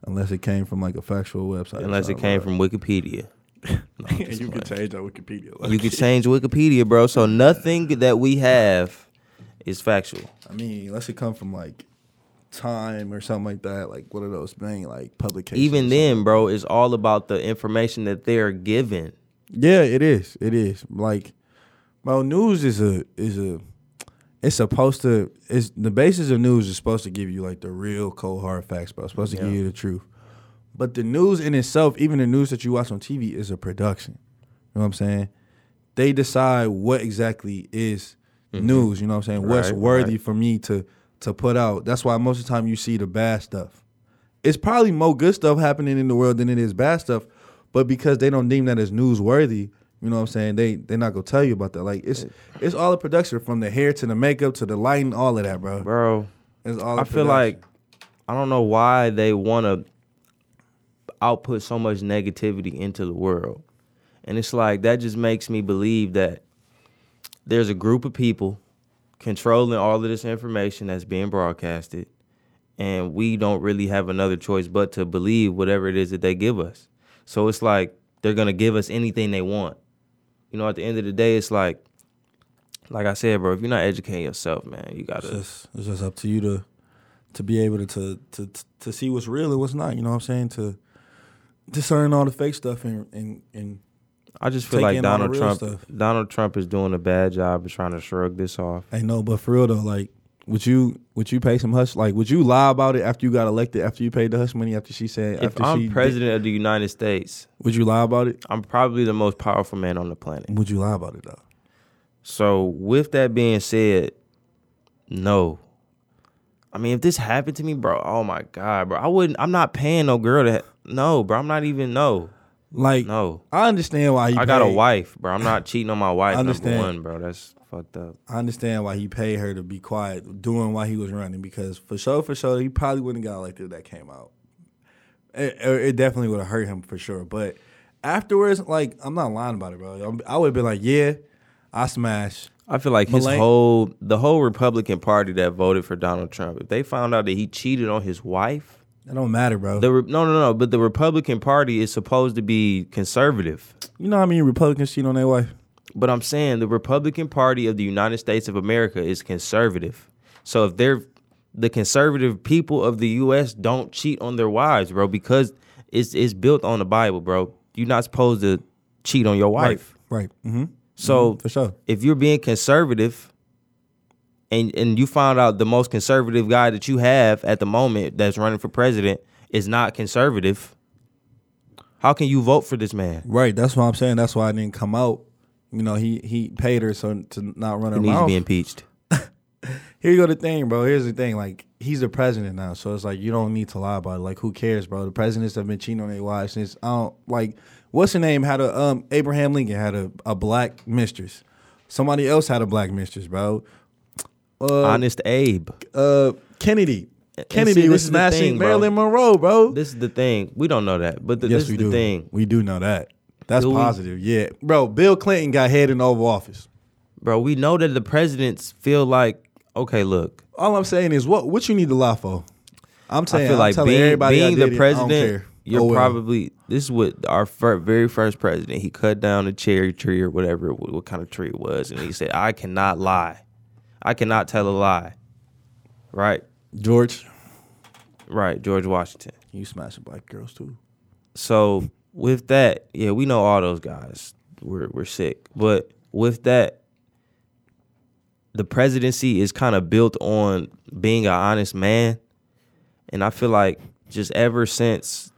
Speaker 2: Unless it came from like a factual website. or
Speaker 1: unless it
Speaker 2: something,
Speaker 1: came
Speaker 2: bro.
Speaker 1: from Wikipedia. No, I'm
Speaker 2: Yeah,
Speaker 1: just
Speaker 2: you
Speaker 1: playing.
Speaker 2: can change that Wikipedia.
Speaker 1: You could change Wikipedia, bro. So nothing that we have is factual.
Speaker 2: I mean, unless it come from like Time or something like that, like one of those main like publications.
Speaker 1: Even then, bro, it's all about the information that they're given.
Speaker 2: yeah, it is. It is like, well, news is a is a. It's supposed to. It's the basis of news is supposed to give you like the real cold hard facts, bro. It's supposed to give
Speaker 1: Yeah.
Speaker 2: you the truth. But the news in itself, even the news that you watch on TV, is a production. You know what I'm saying? They decide what exactly is news. You know what I'm saying? What's
Speaker 1: Mm-hmm. Right,
Speaker 2: worthy
Speaker 1: right.
Speaker 2: for me to to put out. That's why most of the time you see the bad stuff. It's probably more good stuff happening in the world than it is bad stuff, but because they don't deem that as newsworthy, you know what I'm saying? They they're not gonna tell you about that. Like it's it's all a production from the hair to the makeup to the lighting, all of that, bro.
Speaker 1: Bro,
Speaker 2: It's all. a
Speaker 1: I feel like
Speaker 2: production.
Speaker 1: I don't know why they want to output so much negativity into the world. And it's like that just makes me believe that there's a group of people controlling all of this information that's being broadcasted and we don't really have another choice but to believe whatever it is that they give us. So it's like they're going to give us anything they want. You know, at the end of the day it's like like I said, bro, if you're not educating yourself, man, you got
Speaker 2: it's
Speaker 1: to
Speaker 2: just it's just up to you to to be able to to to to see what's real and what's not. You know what I'm saying? To discern all the fake stuff and and and
Speaker 1: I just feel
Speaker 2: take
Speaker 1: like
Speaker 2: in all the
Speaker 1: Donald
Speaker 2: real
Speaker 1: Trump.
Speaker 2: stuff.
Speaker 1: Donald Trump is doing a bad job of trying to shrug this off.
Speaker 2: I know, but for real though, like would you would you pay some hush? Like would you lie about it after you got elected? After you paid the hush money? After she said?
Speaker 1: If
Speaker 2: after she
Speaker 1: I'm
Speaker 2: did-
Speaker 1: president of the United States,
Speaker 2: would you lie about it?
Speaker 1: I'm probably the most powerful man on the planet.
Speaker 2: Would you lie about it though?
Speaker 1: So, with that being said, no. I mean, if this happened to me, bro, oh my god, bro, I wouldn't. I'm not paying no girl to. ha- No, bro, I'm not even. No,
Speaker 2: Like
Speaker 1: no.
Speaker 2: I understand why you.
Speaker 1: I got a
Speaker 2: paid-
Speaker 1: wife, bro. I'm not cheating on my wife. Number
Speaker 2: Understand.
Speaker 1: one, bro, that's fucked up.
Speaker 2: I understand why he paid her to be quiet doing why he was running because for sure, for sure, he probably wouldn't have got elected if that came out. It, it definitely would have hurt him for sure. But afterwards, like, I'm not lying about it, bro. I'm- I would have been like, yeah, I smashed.
Speaker 1: I feel like his
Speaker 2: Malay-
Speaker 1: whole the whole Republican Party that voted for Donald Trump, if they found out that he cheated on his wife,
Speaker 2: It don't matter, bro.
Speaker 1: the re- no no no, but the Republican Party is supposed to be conservative.
Speaker 2: you know how many Republicans cheat on their wife?
Speaker 1: But I'm saying the Republican Party of the United States of America is conservative. So if they're the conservative people of the US don't cheat on their wives, bro, because it's it's built on the Bible, bro. You're not supposed to cheat on your wife.
Speaker 2: Right. Mm-hmm.
Speaker 1: So
Speaker 2: For sure.
Speaker 1: if you're being conservative and and you found out the most conservative guy that you have at the moment that's running for president is not conservative, how can you vote for this man?
Speaker 2: Right. That's what I'm saying. That's why I didn't come out. You know, he he paid her so to not run her
Speaker 1: He needs to
Speaker 2: mouth.
Speaker 1: be impeached.
Speaker 2: Here you go the thing, bro. Here's the thing. Like he's the president now, so it's like you don't need to lie about it. Like who cares, bro? The presidents have been cheating on their wives since I don't like what's the name had a um Abraham Lincoln had a, a black mistress. Somebody else had a black mistress, bro. Uh,
Speaker 1: Honest Abe.
Speaker 2: uh Kennedy.
Speaker 1: and
Speaker 2: Kennedy
Speaker 1: see, this
Speaker 2: was
Speaker 1: is the
Speaker 2: smashing
Speaker 1: thing, bro.
Speaker 2: Marilyn Monroe, bro.
Speaker 1: This is the thing. We don't know that, but the,
Speaker 2: yes,
Speaker 1: this
Speaker 2: we
Speaker 1: is the
Speaker 2: do.
Speaker 1: thing,
Speaker 2: We do know that. That's
Speaker 1: Do we?
Speaker 2: positive. Yeah. Bro, Bill Clinton got head in the Oval Office.
Speaker 1: bro. We know that the presidents feel like, okay, look,
Speaker 2: All I'm saying is what what you need to lie for? I'm saying
Speaker 1: I feel
Speaker 2: I'm
Speaker 1: like
Speaker 2: telling
Speaker 1: being,
Speaker 2: everybody I
Speaker 1: being
Speaker 2: did
Speaker 1: the
Speaker 2: it, I don't
Speaker 1: president,
Speaker 2: care.
Speaker 1: you're
Speaker 2: Oh, well.
Speaker 1: probably this is what our fir- very first president. He cut down a cherry tree or whatever, it wa- what kind of tree it was, and he said, "I cannot lie, I cannot tell a lie." Right,
Speaker 2: George.
Speaker 1: right, George Washington.
Speaker 2: You smashing black girls too.
Speaker 1: So with that, yeah, we know all those guys. We're we're sick, but with that, the presidency is kind of built on being an honest man, and I feel like just ever since,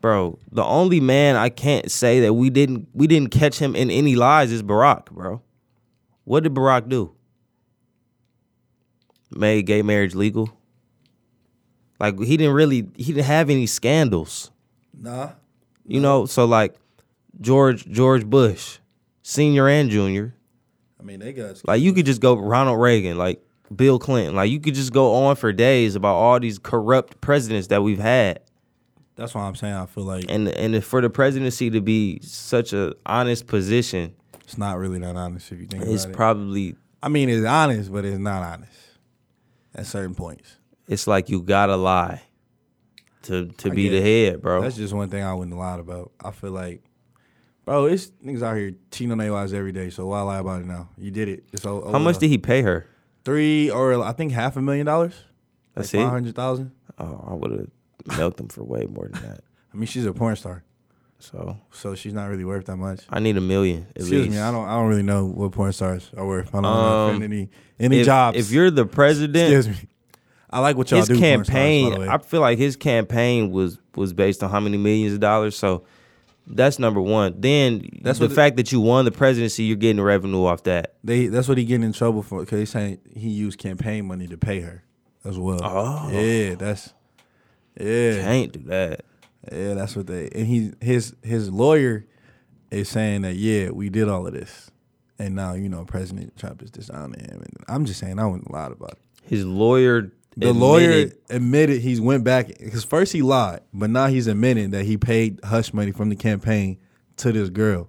Speaker 1: bro, the only man I can't say that we didn't we didn't catch him in any lies is Barack, bro. What did Barack do? Made gay marriage legal. Like he didn't really he didn't have any scandals.
Speaker 2: Nah.
Speaker 1: You know, so like George George Bush, senior and junior.
Speaker 2: I mean, they got
Speaker 1: Like you could just go Ronald Reagan, like Bill Clinton. Like you could just go on for days about all these corrupt presidents that we've had.
Speaker 2: That's why I'm saying I feel like
Speaker 1: And and for the presidency to be such a honest position
Speaker 2: it's not really that honest if you think
Speaker 1: is
Speaker 2: about it.
Speaker 1: probably
Speaker 2: I mean, it's honest, but it's not honest at certain points.
Speaker 1: it's like you gotta lie to to
Speaker 2: I
Speaker 1: be the
Speaker 2: guess.
Speaker 1: head, bro.
Speaker 2: That's just one thing I wouldn't lie about. I feel like, bro, it's niggas out here cheating on their lives every day. So why lie about it now? You did it. It's all,
Speaker 1: How much did he pay her?
Speaker 2: three or I think half a million dollars?
Speaker 1: That's
Speaker 2: like
Speaker 1: it?
Speaker 2: Five hundred thousand.
Speaker 1: Oh, I would have milked him for way more than that.
Speaker 2: I mean, she's a porn star,
Speaker 1: So
Speaker 2: so she's not really worth that much.
Speaker 1: I need a million at
Speaker 2: Excuse
Speaker 1: least.
Speaker 2: me, I don't. I don't really know what porn stars are worth. I don't
Speaker 1: Um,
Speaker 2: know any any
Speaker 1: if,
Speaker 2: jobs.
Speaker 1: If you're the president,
Speaker 2: excuse me, I like what y'all
Speaker 1: his
Speaker 2: do. porn stars, by
Speaker 1: campaign,
Speaker 2: the way.
Speaker 1: I feel like his campaign was was based on how many millions of dollars. So that's number one. Then
Speaker 2: That's
Speaker 1: the
Speaker 2: what the-
Speaker 1: fact that you won the presidency, you're getting revenue off that.
Speaker 2: They that's what he getting in trouble for because he's saying he used campaign money to pay her as well.
Speaker 1: Oh.
Speaker 2: yeah, that's yeah,
Speaker 1: Can't do that.
Speaker 2: yeah. That's what they and he his his lawyer is saying that yeah, we did all of this, and now you know President Trump is disowning him. And I'm just saying I wouldn't lie about it.
Speaker 1: His lawyer,
Speaker 2: The lawyer admitted he's went back because first he lied, but now he's admitting that he paid hush money from the campaign to this girl.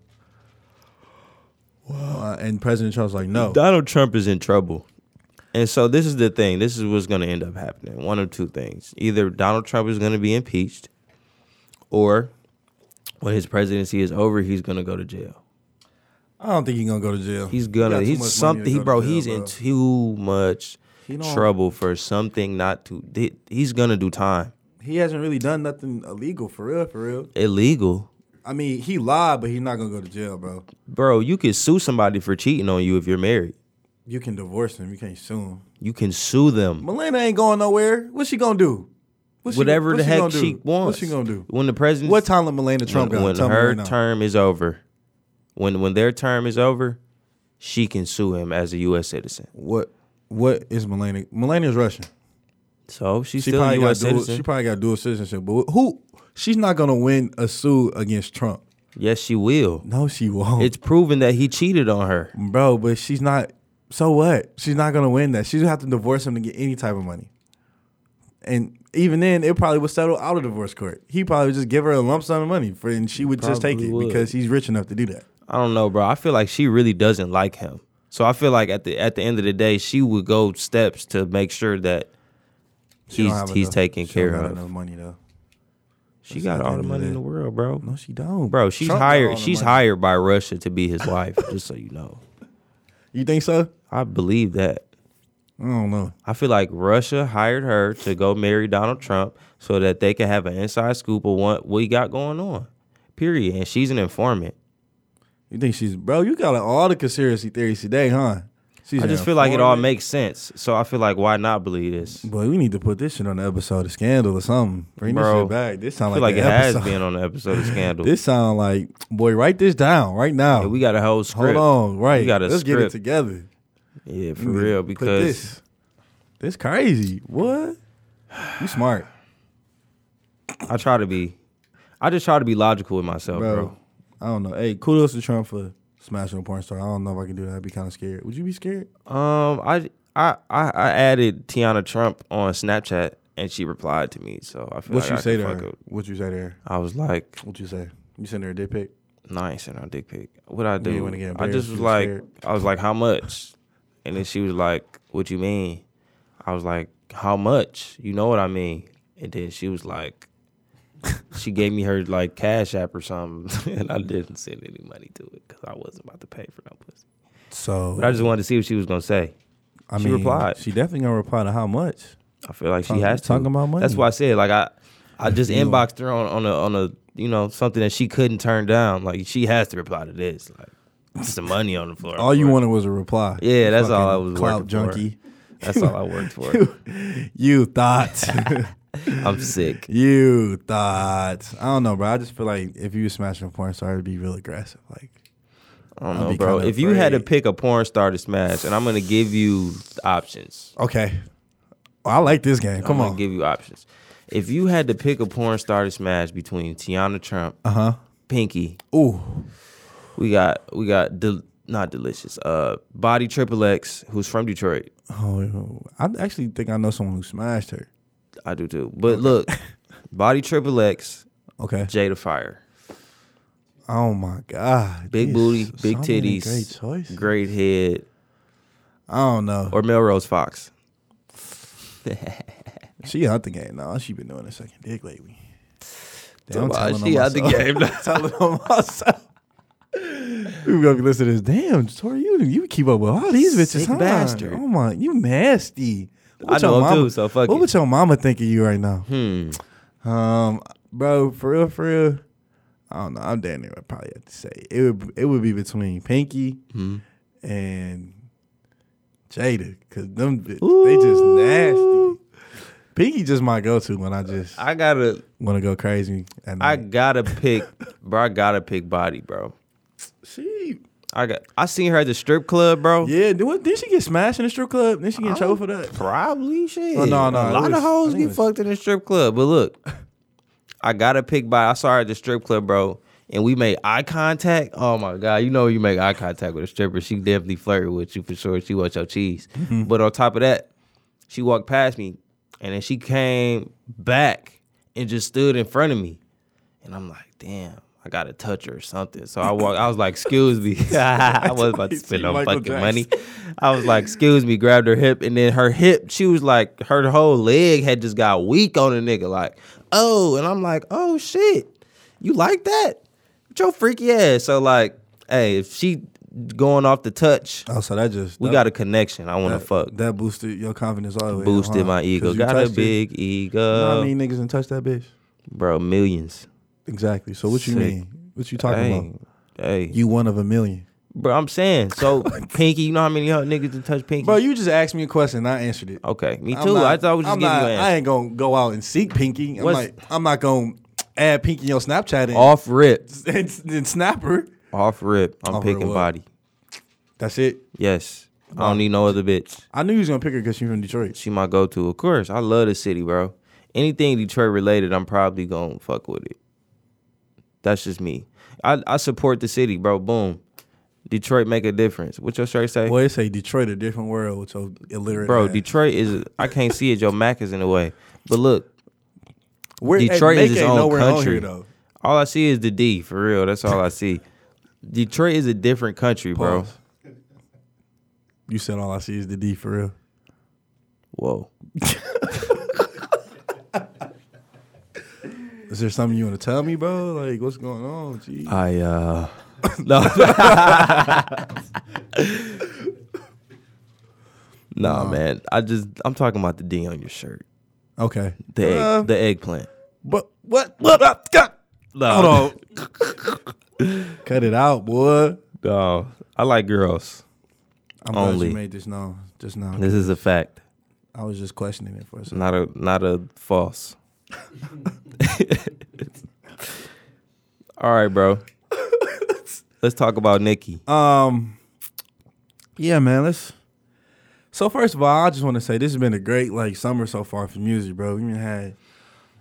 Speaker 2: Wow. and President Trump's like, no,
Speaker 1: Donald Trump is in trouble. And so this is the thing. This is what's going to end up happening. One of two things. Either Donald Trump is going to be impeached or when his presidency is over, he's going to go to jail.
Speaker 2: I don't think he's gonna go to jail.
Speaker 1: He's
Speaker 2: He got
Speaker 1: gonna.
Speaker 2: too
Speaker 1: he's
Speaker 2: much money to
Speaker 1: something.
Speaker 2: go
Speaker 1: He,
Speaker 2: to
Speaker 1: bro,
Speaker 2: jail,
Speaker 1: he's
Speaker 2: bro.
Speaker 1: in too much
Speaker 2: He don't-
Speaker 1: trouble for something not to. he- He's gonna do time.
Speaker 2: He hasn't really done nothing illegal for real, for real.
Speaker 1: Illegal,
Speaker 2: I mean, he lied, but he's not gonna go to jail, bro.
Speaker 1: bro. You can sue somebody for cheating on you if you're married.
Speaker 2: You can divorce him. You can't sue him.
Speaker 1: You can sue them.
Speaker 2: Melena ain't going nowhere. What's she gonna do? What's she-
Speaker 1: Whatever the
Speaker 2: what's she
Speaker 1: heck
Speaker 2: gonna do?
Speaker 1: she wants.
Speaker 2: What's she gonna do?
Speaker 1: When the president.
Speaker 2: What time Melena Trump
Speaker 1: when,
Speaker 2: got?
Speaker 1: when
Speaker 2: Tell me
Speaker 1: her
Speaker 2: right now.
Speaker 1: term is over, when when their term is over, she can sue him as a U.S. citizen.
Speaker 2: What? What is Melena? Melena's Russian.
Speaker 1: So she's
Speaker 2: She
Speaker 1: still a
Speaker 2: probably got
Speaker 1: U.S.
Speaker 2: dual,
Speaker 1: citizen.
Speaker 2: she probably got dual citizenship. But who? She's not gonna win a suit against Trump.
Speaker 1: yes, she will.
Speaker 2: No, she won't.
Speaker 1: It's proven that he cheated on her.
Speaker 2: Bro, but she's not. So what? She's not gonna win that. She's gonna have to divorce him to get any type of money. And even then, it probably would settle out of divorce court. He probably would just give her a lump sum of money, for, and she would just take
Speaker 1: Probably
Speaker 2: it
Speaker 1: would.
Speaker 2: because he's rich enough to do that.
Speaker 1: I don't know, bro. I feel like she really doesn't like him. So I feel like at the at the end of the day, she would go steps to make sure that
Speaker 2: She don't
Speaker 1: he's
Speaker 2: have
Speaker 1: he's
Speaker 2: enough-
Speaker 1: taken
Speaker 2: she don't
Speaker 1: care
Speaker 2: got
Speaker 1: of.
Speaker 2: Enough money though.
Speaker 1: She got
Speaker 2: not
Speaker 1: all the
Speaker 2: gonna do
Speaker 1: money in
Speaker 2: that.
Speaker 1: the world, bro.
Speaker 2: No, she don't,
Speaker 1: Bro, she's
Speaker 2: Trump got all
Speaker 1: hired.
Speaker 2: the
Speaker 1: She's
Speaker 2: money.
Speaker 1: hired by Russia to be his wife. just so you know,
Speaker 2: You think so?
Speaker 1: I believe that.
Speaker 2: I don't know.
Speaker 1: I feel like Russia hired her to go marry Donald Trump so that they can have an inside scoop of what we got going on. Period. And she's an informant.
Speaker 2: You think she's bro? You got all the conspiracy theories today, huh? She's
Speaker 1: I
Speaker 2: an
Speaker 1: just feel like it all
Speaker 2: informant.
Speaker 1: makes sense. So I feel like why not believe this?
Speaker 2: Boy, we need to put this shit on the episode of Scandal or something. Bring
Speaker 1: Bro,
Speaker 2: this shit back. This sound
Speaker 1: I feel
Speaker 2: like,
Speaker 1: like it
Speaker 2: an
Speaker 1: has
Speaker 2: episode.
Speaker 1: been on the episode of Scandal.
Speaker 2: This sound like boy. Write this down right now.
Speaker 1: Yeah, we got a whole
Speaker 2: Hold
Speaker 1: script.
Speaker 2: on, right?
Speaker 1: We got a
Speaker 2: Let's get it
Speaker 1: script.
Speaker 2: together
Speaker 1: Yeah, for
Speaker 2: We need to
Speaker 1: real.
Speaker 2: put
Speaker 1: Because
Speaker 2: this, this crazy. What? You smart,
Speaker 1: I try to be, I just try to be logical with myself,
Speaker 2: bro.
Speaker 1: Oh, bro.
Speaker 2: I don't know. Hey, kudos to Trump for smashing a porn star. I don't know if I can do that. I'd be kind of scared. Would you be scared?
Speaker 1: Um, I, I, I, I added Tiana Trump on Snapchat, and she replied to me. So I feel
Speaker 2: What
Speaker 1: like
Speaker 2: you
Speaker 1: I
Speaker 2: say
Speaker 1: could
Speaker 2: to
Speaker 1: fuck
Speaker 2: her?
Speaker 1: it.
Speaker 2: What you say to her?
Speaker 1: I was like,
Speaker 2: What you say? You send her a dick pic?
Speaker 1: no, I ain't sending no dick pic. What I do?
Speaker 2: wanna get
Speaker 1: I
Speaker 2: embarrassed,
Speaker 1: just was
Speaker 2: you was
Speaker 1: like,
Speaker 2: scared.
Speaker 1: I was like, how much? And then she was like, what you mean? I was like, how much? You know what I mean? And then she was like. she gave me her like cash app or something, and I didn't send any money to it because I wasn't about to pay for no pussy.
Speaker 2: So
Speaker 1: But I just wanted to see what she was gonna say.
Speaker 2: I
Speaker 1: she
Speaker 2: mean,
Speaker 1: replied.
Speaker 2: She definitely gonna reply to how much.
Speaker 1: I feel like she
Speaker 2: Talking-
Speaker 1: has to.
Speaker 2: talking about money.
Speaker 1: That's why I said like I, I just
Speaker 2: You-
Speaker 1: inboxed her on on a on a you know something that she couldn't turn down. Like she has to reply to this. Like some money on the floor.
Speaker 2: All you wanted was a reply.
Speaker 1: Yeah, that's all I
Speaker 2: Fucking
Speaker 1: was
Speaker 2: clout
Speaker 1: working for.
Speaker 2: junkie.
Speaker 1: That's all I worked for.
Speaker 2: You thought.
Speaker 1: I'm sick.
Speaker 2: You thought I don't know, bro. I just feel like if you was smashing a porn star, it'd be real aggressive. Like
Speaker 1: I don't
Speaker 2: I'd
Speaker 1: know,
Speaker 2: be
Speaker 1: bro.
Speaker 2: kinda
Speaker 1: If you had to
Speaker 2: afraid.
Speaker 1: pick a porn star to smash, and I'm gonna give you options.
Speaker 2: okay, Oh, I like this game. Come
Speaker 1: I'm
Speaker 2: on.
Speaker 1: gonna give you options. If you had to pick a porn star to smash between Tiana Trump,
Speaker 2: uh huh.
Speaker 1: Pinky,
Speaker 2: Ooh.
Speaker 1: we got we got del- not delicious. Uh, Body Triple X, who's from Detroit.
Speaker 2: Oh, I actually think I know someone who smashed her.
Speaker 1: I do too. But look, Body Triple X,
Speaker 2: Okay.
Speaker 1: Jada Fire,
Speaker 2: Oh my God.
Speaker 1: big
Speaker 2: These-
Speaker 1: booty, big
Speaker 2: so many
Speaker 1: titties,
Speaker 2: Great choice.
Speaker 1: great head,
Speaker 2: I don't know.
Speaker 1: or Melrose Fox.
Speaker 2: She out the game now. She been doing a second dick lately. Damn,
Speaker 1: Talk about
Speaker 2: telling
Speaker 1: she
Speaker 2: on
Speaker 1: out the
Speaker 2: myself.
Speaker 1: game now.
Speaker 2: telling on myself. We gonna listen to this. Damn, Tori, you you keep up with all these bitches,
Speaker 1: Sick
Speaker 2: huh?
Speaker 1: bastard.
Speaker 2: Oh my, you nasty.
Speaker 1: I
Speaker 2: your
Speaker 1: know him
Speaker 2: mama,
Speaker 1: too, so fuck
Speaker 2: What
Speaker 1: it.
Speaker 2: would your mama think of you right now?
Speaker 1: Hmm.
Speaker 2: Um, bro, for real, for real. I don't know. I'm damn near. I probably have to say it would. It would be between Pinky and Jada, cause them bitch, they just
Speaker 1: Ooh.
Speaker 2: nasty. Pinky just my go-to when I just
Speaker 1: I gotta,
Speaker 2: want to go crazy. And
Speaker 1: I
Speaker 2: I
Speaker 1: gotta pick, bro. I gotta pick Body, bro.
Speaker 2: she
Speaker 1: I got, I seen her at the strip club, bro.
Speaker 2: yeah. Did, what, did she get smashed in the strip club? Then she
Speaker 1: Oh.
Speaker 2: get in trouble for that.
Speaker 1: Probably shit.
Speaker 2: Oh, no, no,
Speaker 1: A
Speaker 2: it
Speaker 1: lot of
Speaker 2: was- I
Speaker 1: hoes
Speaker 2: think it
Speaker 1: get
Speaker 2: was-
Speaker 1: fucked in a strip club. But look, I gotta pick by. I saw her at the strip club, bro, and we made eye contact. Oh my god, you know you make eye contact with a stripper, she definitely flirted with you for sure. She wants your cheese.
Speaker 2: Mm-hmm.
Speaker 1: But on top of that, she walked past me, and then she came back and just stood in front of me, and I'm like, damn. I gotta touch her or something. So I walk. I was like, "Excuse me." I was about to
Speaker 2: Like,
Speaker 1: spend no
Speaker 2: Michael
Speaker 1: fucking
Speaker 2: Jackson.
Speaker 1: money. I was like, excuse me, grabbed her hip, and then her hip, she was like, her whole leg had just got weak on the nigga, like, oh, and I'm like, oh shit, you like that? With your freaky ass. So like, hey, if she going off the touch,
Speaker 2: Oh, so that just
Speaker 1: we
Speaker 2: that,
Speaker 1: got a connection. I want to
Speaker 2: that,
Speaker 1: fuck.
Speaker 2: That boosted your confidence all the way. up,
Speaker 1: Boosted
Speaker 2: huh?
Speaker 1: my
Speaker 2: 'Cause
Speaker 1: ego.
Speaker 2: you
Speaker 1: Got a
Speaker 2: touched her.
Speaker 1: big
Speaker 2: You know
Speaker 1: ego,
Speaker 2: how many niggas and touch that bitch?
Speaker 1: bro. Millions.
Speaker 2: Exactly. So what you
Speaker 1: Sick.
Speaker 2: mean? What you talking
Speaker 1: Dang.
Speaker 2: about?
Speaker 1: Hey,
Speaker 2: You one of a million.
Speaker 1: bro, I'm saying so. Pinky, you know how many hot niggas to touch Pinky?
Speaker 2: Bro, you just asked me a question. I answered it.
Speaker 1: okay, me
Speaker 2: I'm
Speaker 1: too.
Speaker 2: not-
Speaker 1: I thought I was just
Speaker 2: I'm
Speaker 1: giving
Speaker 2: not,
Speaker 1: you an
Speaker 2: I
Speaker 1: answer.
Speaker 2: ain't gonna go out and seek Pinky. I'm
Speaker 1: What's- Oh.
Speaker 2: like, I'm not gonna add Pinky in your Snapchat and,
Speaker 1: Off rip,
Speaker 2: and, and snap her.
Speaker 1: off rip. I'm
Speaker 2: Off rip
Speaker 1: picking
Speaker 2: what?
Speaker 1: body.
Speaker 2: That's it.
Speaker 1: Yes. I don't need no other bitch.
Speaker 2: I knew you was gonna pick her because she's from Detroit.
Speaker 1: She my go to. Of course. I love the city, bro. Anything Detroit related, I'm probably gonna fuck with it. That's just me. I, I support the city, bro. Boom. Detroit make a difference. What your shirt say?
Speaker 2: Boy, it say Detroit a different world with your illiterate.
Speaker 1: Bro,
Speaker 2: ass.
Speaker 1: Detroit is I can't see it. Your Mac is in the way. But look,
Speaker 2: Where- hey,
Speaker 1: Detroit is
Speaker 2: Macon
Speaker 1: its
Speaker 2: ain't
Speaker 1: own
Speaker 2: nowhere on
Speaker 1: country.
Speaker 2: here, though.
Speaker 1: all I see is the D, for real. That's all I see. Detroit is a different country, bro.
Speaker 2: Pause. You said all I see is the D for real.
Speaker 1: Whoa.
Speaker 2: Is there something you want to tell me, bro? Like, what's going on? Gee.
Speaker 1: I uh no. nah, man. I just I'm talking about the D on your shirt.
Speaker 2: okay.
Speaker 1: The egg,
Speaker 2: Uh,
Speaker 1: the eggplant.
Speaker 2: But what? What? what- God.
Speaker 1: No,
Speaker 2: Hold on. Cut it out, boy.
Speaker 1: no. I like girls.
Speaker 2: I'm
Speaker 1: Only.
Speaker 2: glad you made this known just now.
Speaker 1: This is a fact,
Speaker 2: I was just questioning it for a second.
Speaker 1: not a not a false. All right, bro. Let's talk about Nikki.
Speaker 2: Um, yeah, man. Let's. So first of all, I just want to say this has been a great like summer so far for music, bro. We even had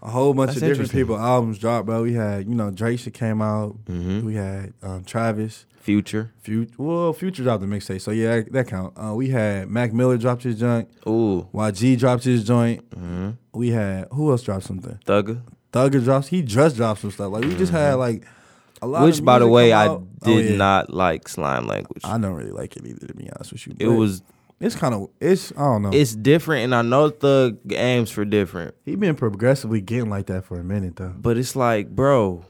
Speaker 2: a whole bunch
Speaker 1: That's
Speaker 2: of different
Speaker 1: interesting.
Speaker 2: people albums drop, bro. We had you know Drake shit came out.
Speaker 1: Mhm.
Speaker 2: We had um, Travis.
Speaker 1: Future.
Speaker 2: Future, well, Future dropped the mixtape, so yeah, that count. Uh, we had Mac Miller dropped his joint.
Speaker 1: Ooh.
Speaker 2: YG dropped his joint.
Speaker 1: Mm-hmm.
Speaker 2: We had who else dropped something?
Speaker 1: Thugga.
Speaker 2: Thugger drops. He just dropped some stuff. Like we just had like a lot.
Speaker 1: Mm-hmm. Which,
Speaker 2: of
Speaker 1: by the
Speaker 2: music
Speaker 1: way,
Speaker 2: come
Speaker 1: I did
Speaker 2: out. Oh, yeah.
Speaker 1: not like slime language.
Speaker 2: I don't really like it either, to be honest with you.
Speaker 1: it
Speaker 2: but
Speaker 1: was
Speaker 2: It's kind of. It's. I don't know.
Speaker 1: it's different, and I know the aims for different,
Speaker 2: he been progressively getting like that for a minute though.
Speaker 1: but it's like, bro,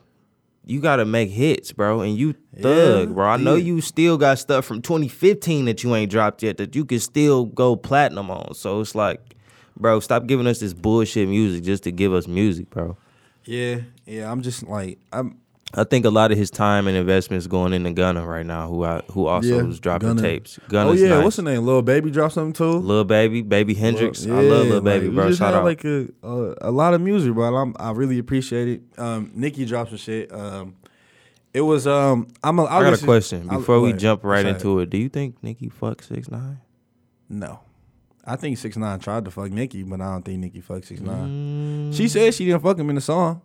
Speaker 1: you gotta make hits, bro, and you
Speaker 2: Yeah,
Speaker 1: thug, bro. I know
Speaker 2: yeah.
Speaker 1: you still got stuff from 2015 that you ain't dropped yet that you can still go platinum on. So it's like, bro, stop giving us this bullshit music just to give us music, bro.
Speaker 2: Yeah. Yeah. I'm just like. I'm.
Speaker 1: I think a lot of his time and investments going into Gunna right now, who I who also
Speaker 2: Yeah,
Speaker 1: was dropping
Speaker 2: Gunna.
Speaker 1: tapes.
Speaker 2: oh
Speaker 1: Gunna's
Speaker 2: yeah.
Speaker 1: nice.
Speaker 2: What's the name? Lil baby dropped something too.
Speaker 1: Lil Baby, Baby Hendrix. I love
Speaker 2: Yeah,
Speaker 1: Lil Baby,
Speaker 2: like, we
Speaker 1: bro.
Speaker 2: just
Speaker 1: Shout
Speaker 2: had,
Speaker 1: out.
Speaker 2: like a, a a lot of music, bro. I'm, I really appreciate it. Um, Nikki dropped some shit. Um, it was um. I'm. A,
Speaker 1: I got a question before we jump right
Speaker 2: into
Speaker 1: into
Speaker 2: it.
Speaker 1: it. Do you think Nicki fucked six nine?
Speaker 2: No. I think six nine tried to fuck Nicki, but I don't think Nicki fucked six
Speaker 1: Mm.
Speaker 2: nine. She said she didn't fuck him in the song.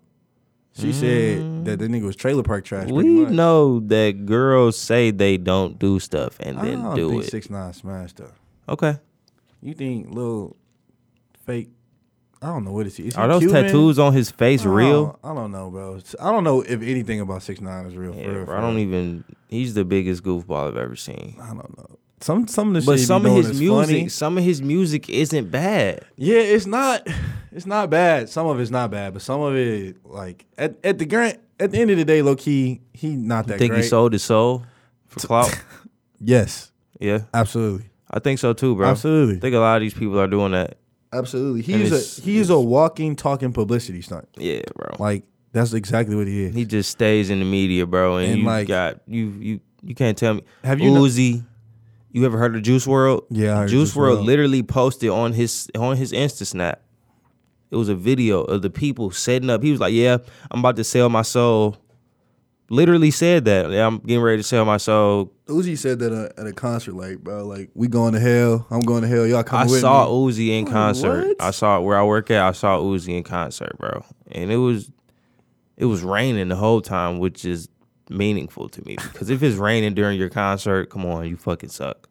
Speaker 2: She said that the nigga was trailer park trash.
Speaker 1: Mm. We
Speaker 2: pretty much.
Speaker 1: know that girls say they don't do stuff and
Speaker 2: I
Speaker 1: then
Speaker 2: don't
Speaker 1: do
Speaker 2: think
Speaker 1: it.
Speaker 2: six nine smashed her.
Speaker 1: Okay.
Speaker 2: You think little fake? I don't know what is he. Is he
Speaker 1: Are those
Speaker 2: Cuban?
Speaker 1: tattoos on his face
Speaker 2: I don't-
Speaker 1: real?
Speaker 2: I don't know, bro. I don't know if anything about six nine is real.
Speaker 1: Yeah,
Speaker 2: for real,
Speaker 1: bro,
Speaker 2: for
Speaker 1: I don't
Speaker 2: real.
Speaker 1: even. He's the biggest goofball I've ever seen.
Speaker 2: I don't know. Some some of the
Speaker 1: But
Speaker 2: shit he be
Speaker 1: some of
Speaker 2: doing
Speaker 1: his
Speaker 2: is
Speaker 1: music,
Speaker 2: funny.
Speaker 1: some of his music isn't bad.
Speaker 2: Yeah, it's not it's not bad. Some of it's not bad, but some of it like at, at the grant at the end of the day, low key, he not that
Speaker 1: think
Speaker 2: great.
Speaker 1: he sold his soul for clout?
Speaker 2: Yes.
Speaker 1: yeah,
Speaker 2: Absolutely.
Speaker 1: I think so too, bro. I
Speaker 2: Absolutely.
Speaker 1: think a lot of these people are doing that.
Speaker 2: Absolutely.
Speaker 1: And
Speaker 2: He's
Speaker 1: it's-
Speaker 2: a he's a walking, talking publicity stunt.
Speaker 1: Yeah, bro.
Speaker 2: Like that's exactly what he is.
Speaker 1: He just stays in the media, bro, and,
Speaker 2: And,
Speaker 1: you
Speaker 2: like-
Speaker 1: got you you you can't tell me.
Speaker 2: Have you kno-
Speaker 1: Uzi? you ever heard of Juice World?
Speaker 2: Yeah, I heard
Speaker 1: Juice
Speaker 2: Juice
Speaker 1: World
Speaker 2: WRLD.
Speaker 1: literally posted on his on his Insta snap. It was a video of the people setting up. He was like, "Yeah, I'm about to sell my soul." Literally said that. "Yeah, I'm getting ready to sell my soul.
Speaker 2: Uzi said that uh, at a concert, like, bro, like we going to hell. I'm going to hell. Y'all
Speaker 1: I
Speaker 2: coming with
Speaker 1: saw
Speaker 2: me.
Speaker 1: Uzi in concert.
Speaker 2: what?
Speaker 1: I saw where I work at. I saw Uzi in concert, bro, and it was it was raining the whole time, which is meaningful to me because if it's raining during your concert, come on, you fucking suck.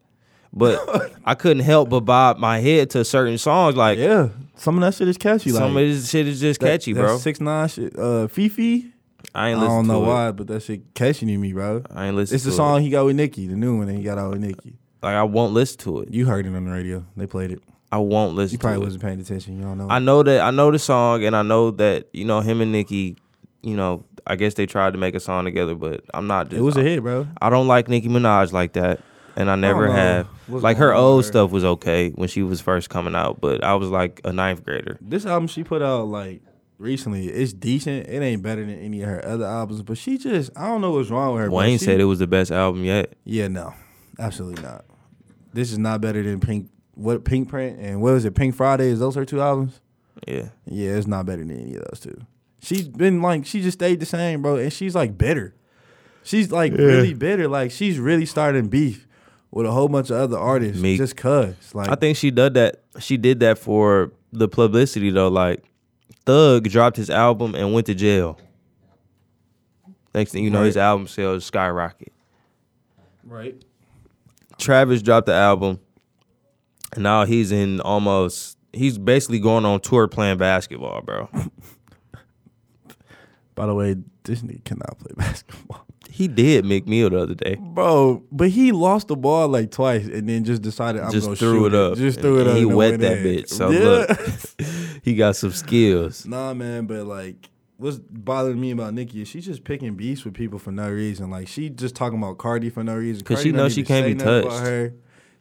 Speaker 1: But I couldn't help but bob my head to certain songs. Like
Speaker 2: Yeah. Some of that shit is catchy.
Speaker 1: some
Speaker 2: like,
Speaker 1: of this shit is just
Speaker 2: that-
Speaker 1: catchy,
Speaker 2: that
Speaker 1: bro.
Speaker 2: Six nine shit. Uh Fifi.
Speaker 1: I
Speaker 2: I
Speaker 1: ain't listen
Speaker 2: don't know
Speaker 1: to it.
Speaker 2: why, but that shit catching to me, bro.
Speaker 1: I ain't listen.
Speaker 2: It's
Speaker 1: to
Speaker 2: the
Speaker 1: it.
Speaker 2: song he got with Nicki, the new one that he got out with Nicki.
Speaker 1: Like I won't listen to it.
Speaker 2: You heard it on the radio. They played it.
Speaker 1: I won't listen.
Speaker 2: You probably
Speaker 1: to it.
Speaker 2: wasn't paying attention. You don't know.
Speaker 1: I know that I know the song, and I know that you know him and Nicki. You know, I guess they tried to make a song together, but I'm not. Just,
Speaker 2: it was a hit, bro.
Speaker 1: I don't like Nicki Minaj like that, and I never
Speaker 2: know
Speaker 1: have.
Speaker 2: Oh, what's
Speaker 1: like her
Speaker 2: going on
Speaker 1: old
Speaker 2: with her.
Speaker 1: stuff was okay when she was first coming out, but I was like a ninth grader.
Speaker 2: This album she put out like recently, it's decent. It ain't better than any of her other albums, but she just I don't know what's wrong with her. bro.
Speaker 1: Wayne
Speaker 2: She-
Speaker 1: said it was the best album yet.
Speaker 2: Yeah, no, absolutely not. This is not better than Pink. What Pink Print and what was it? Pink Friday is those her two albums.
Speaker 1: Yeah,
Speaker 2: Yeah, it's not better than any of those two. She's been like she just stayed the same, bro, and she's like bitter. She's like really bitter. Like she's really starting beef with a whole bunch of other artists
Speaker 1: Meek.
Speaker 2: just cuz. Like
Speaker 1: I think she did that. She did that for the publicity though. Like Thug dropped his album and went to jail. Next thing you know, his
Speaker 2: Right.
Speaker 1: album sales skyrocket.
Speaker 2: right.
Speaker 1: Travis dropped the album, and now he's in almost. He's basically going on tour playing basketball, bro.
Speaker 2: By the way, this nigga cannot play basketball.
Speaker 1: He did McMill the other day.
Speaker 2: Bro, but he lost the ball like twice and then just decided I'm
Speaker 1: just
Speaker 2: gonna
Speaker 1: threw
Speaker 2: shoot
Speaker 1: it up.
Speaker 2: Just threw it
Speaker 1: and
Speaker 2: up.
Speaker 1: He wet
Speaker 2: and went
Speaker 1: that
Speaker 2: in.
Speaker 1: bitch. So
Speaker 2: Yeah.
Speaker 1: look, he got some skills.
Speaker 2: Nah, man, but like, what's bothering me about Nikki is she's just picking beefs with people for no reason. Like, she just talking about Cardi for no reason.
Speaker 1: 'Cause
Speaker 2: Cardi
Speaker 1: she
Speaker 2: don't
Speaker 1: knows she
Speaker 2: need to
Speaker 1: can't
Speaker 2: say
Speaker 1: be
Speaker 2: nothing about
Speaker 1: touched.
Speaker 2: Her.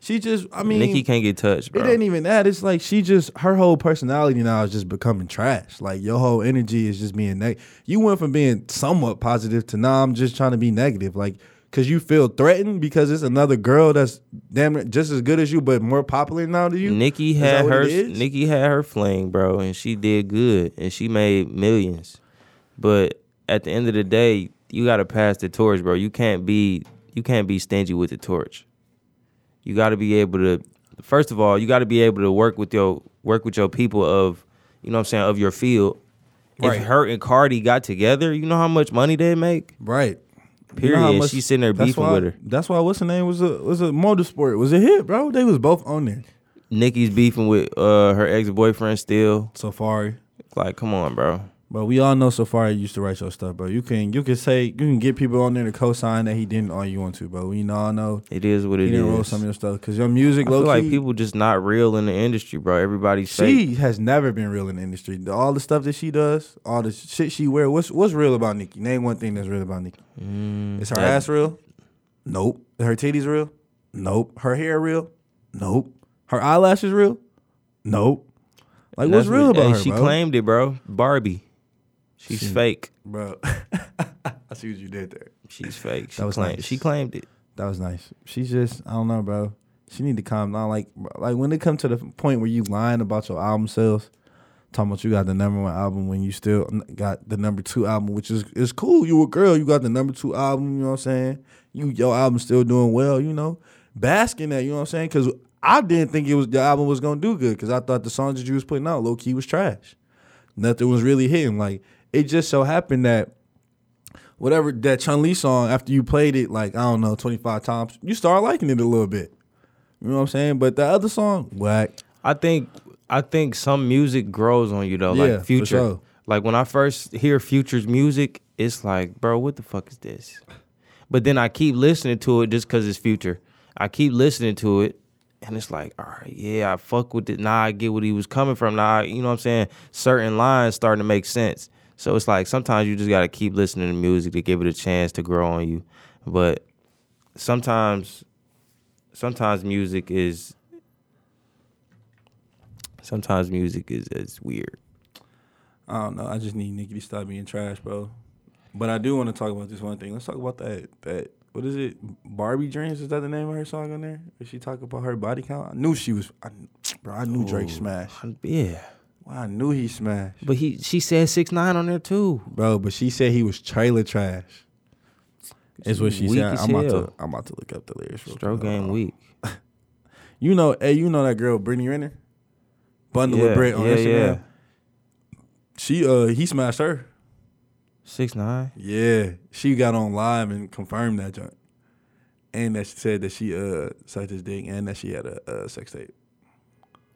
Speaker 2: She just, I mean,
Speaker 1: Nikki can't get touched,
Speaker 2: it
Speaker 1: bro.
Speaker 2: ain't even that. It's like she just her whole personality now is just becoming trash. Like your whole energy is just being negative. You went from being somewhat positive to now I'm just trying to be negative. Like because you feel threatened because it's another girl that's damn near just as good as you but more popular now to you.
Speaker 1: Nikki
Speaker 2: Is
Speaker 1: had
Speaker 2: that what
Speaker 1: her.
Speaker 2: it is?
Speaker 1: Nikki had her fling, bro, and she did good, and she made millions. But at the end of the day, you got to pass the torch, bro. You can't be. You can't be stingy with the torch. You got to be able to. First of all, you got to be able to work with your work with your people of, you know, what I'm saying of your field.
Speaker 2: Right.
Speaker 1: If her and Cardi got together, you know how much money they make.
Speaker 2: Right.
Speaker 1: Period.
Speaker 2: how much-
Speaker 1: She's sitting there
Speaker 2: that's
Speaker 1: beefing
Speaker 2: why-
Speaker 1: with her.
Speaker 2: That's why what's her name was a was a motorsport was a hit, bro. They was both on there.
Speaker 1: Nikki's beefing with uh, her ex boyfriend still.
Speaker 2: Safari,
Speaker 1: Like, come on, bro.
Speaker 2: but we all know Safari used to write your stuff, bro. You can you can say you can get people on there to co-sign that he didn't all you want to, bro. We all know
Speaker 1: It is what
Speaker 2: he
Speaker 1: it
Speaker 2: didn't roll
Speaker 1: is.
Speaker 2: some of
Speaker 1: I
Speaker 2: your stuff because your music,
Speaker 1: feel
Speaker 2: low
Speaker 1: like
Speaker 2: key,
Speaker 1: people just not real in the industry, bro. Everybody's fake.
Speaker 2: She has never been real in the industry. The- All the stuff that she does, all the shit she wear. What's what's real about Nikki? Name one thing that's real about Nikki. Is her
Speaker 1: Mm, that-
Speaker 2: ass real? Nope. Her titties real? Nope. Her hair real? Nope. Her eyelashes real? Nope. Like
Speaker 1: And
Speaker 2: what's
Speaker 1: that's
Speaker 2: real
Speaker 1: what-
Speaker 2: about
Speaker 1: hey,
Speaker 2: her?
Speaker 1: She
Speaker 2: bro?
Speaker 1: claimed it, bro. Barbie. She's
Speaker 2: She-
Speaker 1: fake.
Speaker 2: bro. I see what you did there.
Speaker 1: She's fake. She
Speaker 2: That was
Speaker 1: claimed.
Speaker 2: nice.
Speaker 1: She claimed it.
Speaker 2: That was nice. She's just I don't know, bro. She need to calm down. Like bro, like when it comes to the point where you lying about your album sales, talking about you got the number one album when you still n- got the number two album, which is is cool. You a girl, you got the number two album. You know what I'm saying? You your album still doing well. You know, bask in that. You know what I'm saying? Because I didn't think it was the album was gonna do good because I thought the songs that you was putting out low key was trash. Nothing was really hitting. Like it just so happened that whatever that Chun Li song after you played it like I don't know twenty five times you start liking it a little bit. You know what I'm saying? But the other song whack.
Speaker 1: I think I think some music grows on you though.
Speaker 2: Yeah,
Speaker 1: like
Speaker 2: for
Speaker 1: future.
Speaker 2: sure.
Speaker 1: Like when I first hear future's music, it's like, bro, what the fuck is this? But then I keep listening to it just cause it's future. I keep listening to it and it's like, all right, yeah, I fuck with it. Now I get what he was coming from. Now I, you know what I'm saying? Certain lines starting to make sense. So it's like sometimes you just gotta keep listening to music to give it a chance to grow on you. But sometimes sometimes music is sometimes music is, is weird.
Speaker 2: I don't know. I just need Nicki to stop being trash, bro. But I do want to talk about this one thing. Let's talk about that. That what is it? Barbie Dreams is that the name of her song on there? Did she talk about her body count? I knew she was. I, bro, I knew Drake smashed.
Speaker 1: Yeah,
Speaker 2: Well, I knew he smashed,
Speaker 1: but he she said six nine on there too.
Speaker 2: bro. But she said he was trailer trash. Is what she
Speaker 1: Weak
Speaker 2: said.
Speaker 1: as
Speaker 2: I'm about
Speaker 1: hell.
Speaker 2: to. I'm about to look up the lyrics. real
Speaker 1: Stroke
Speaker 2: quick.
Speaker 1: game week.
Speaker 2: You know, hey, you know that girl Brittany Renner, bundle
Speaker 1: Yeah,
Speaker 2: of Brit on
Speaker 1: yeah,
Speaker 2: Instagram.
Speaker 1: yeah.
Speaker 2: She uh, he smashed her.
Speaker 1: Six nine.
Speaker 2: Yeah, she got on live and confirmed that joint, and that she said that she uh sucked his dick and that she had a, uh sex tape.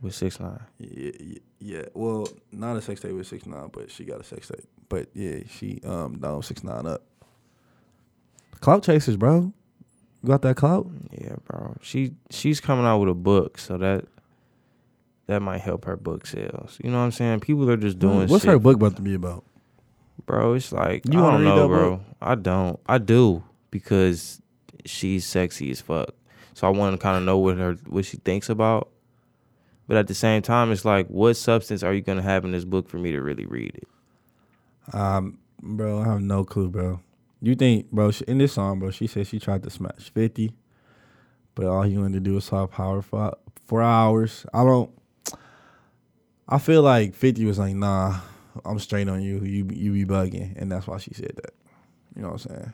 Speaker 1: With six nine.
Speaker 2: Yeah, yeah, yeah. Well, not a sex tape with six nine, but she got a sex tape. But yeah, she um down six nine up. Clout chasers, bro. You got that clout?
Speaker 1: Yeah, bro. She she's coming out with a book, so that that might help her book sales. You know what I'm saying? People are just doing
Speaker 2: What's
Speaker 1: shit.
Speaker 2: her book about to be about?
Speaker 1: bro. It's like
Speaker 2: You
Speaker 1: I
Speaker 2: wanna
Speaker 1: don't
Speaker 2: read
Speaker 1: know,
Speaker 2: that
Speaker 1: bro.
Speaker 2: book?
Speaker 1: I don't. I do because she's sexy as fuck. So I want to kind of know what her what she thinks about. But at the same time, it's like, what substance are you gonna have in this book for me to really read it?
Speaker 2: Um, bro, I have no clue, bro. You think, bro? She, in this song, bro, she said she tried to smash fifty, but all he wanted to do was soft power for four hours. I don't. I feel like fifty was like, nah, I'm straight on you. You be- you be bugging, and that's why she said that. You know what I'm saying?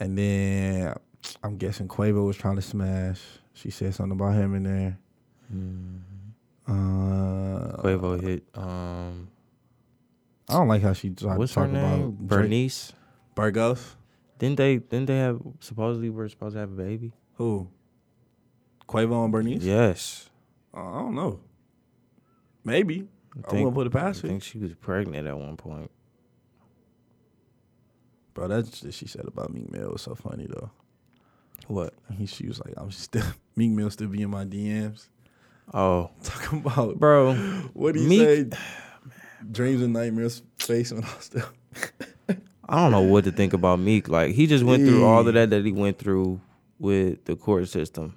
Speaker 2: And then I'm guessing Quavo was trying to smash. She said something about him in there. Mm. Uh,
Speaker 1: Quavo hit. Um,
Speaker 2: I don't like how she tried
Speaker 1: what's
Speaker 2: to
Speaker 1: her
Speaker 2: talk
Speaker 1: name?
Speaker 2: about Drake-
Speaker 1: Bernice.
Speaker 2: Burgos.
Speaker 1: Didn't they? Didn't they have supposedly were supposed to have a baby?
Speaker 2: Who? Quavo and Bernice?
Speaker 1: Yes.
Speaker 2: Uh, I don't know. Maybe. I, wouldn't put it
Speaker 1: I
Speaker 2: past it.
Speaker 1: think she was pregnant at one point.
Speaker 2: Bro, that's just she said about Meek Mill was so funny though.
Speaker 1: What?
Speaker 2: He, she was like, I'm still Meek Mill still be in my DMs.
Speaker 1: Oh,
Speaker 2: Talking about
Speaker 1: bro.
Speaker 2: what do you
Speaker 1: Meek-
Speaker 2: say? Dreams and nightmares face when I still
Speaker 1: I don't know what to think about Meek. Like he just went through all of that that he went through with the court system.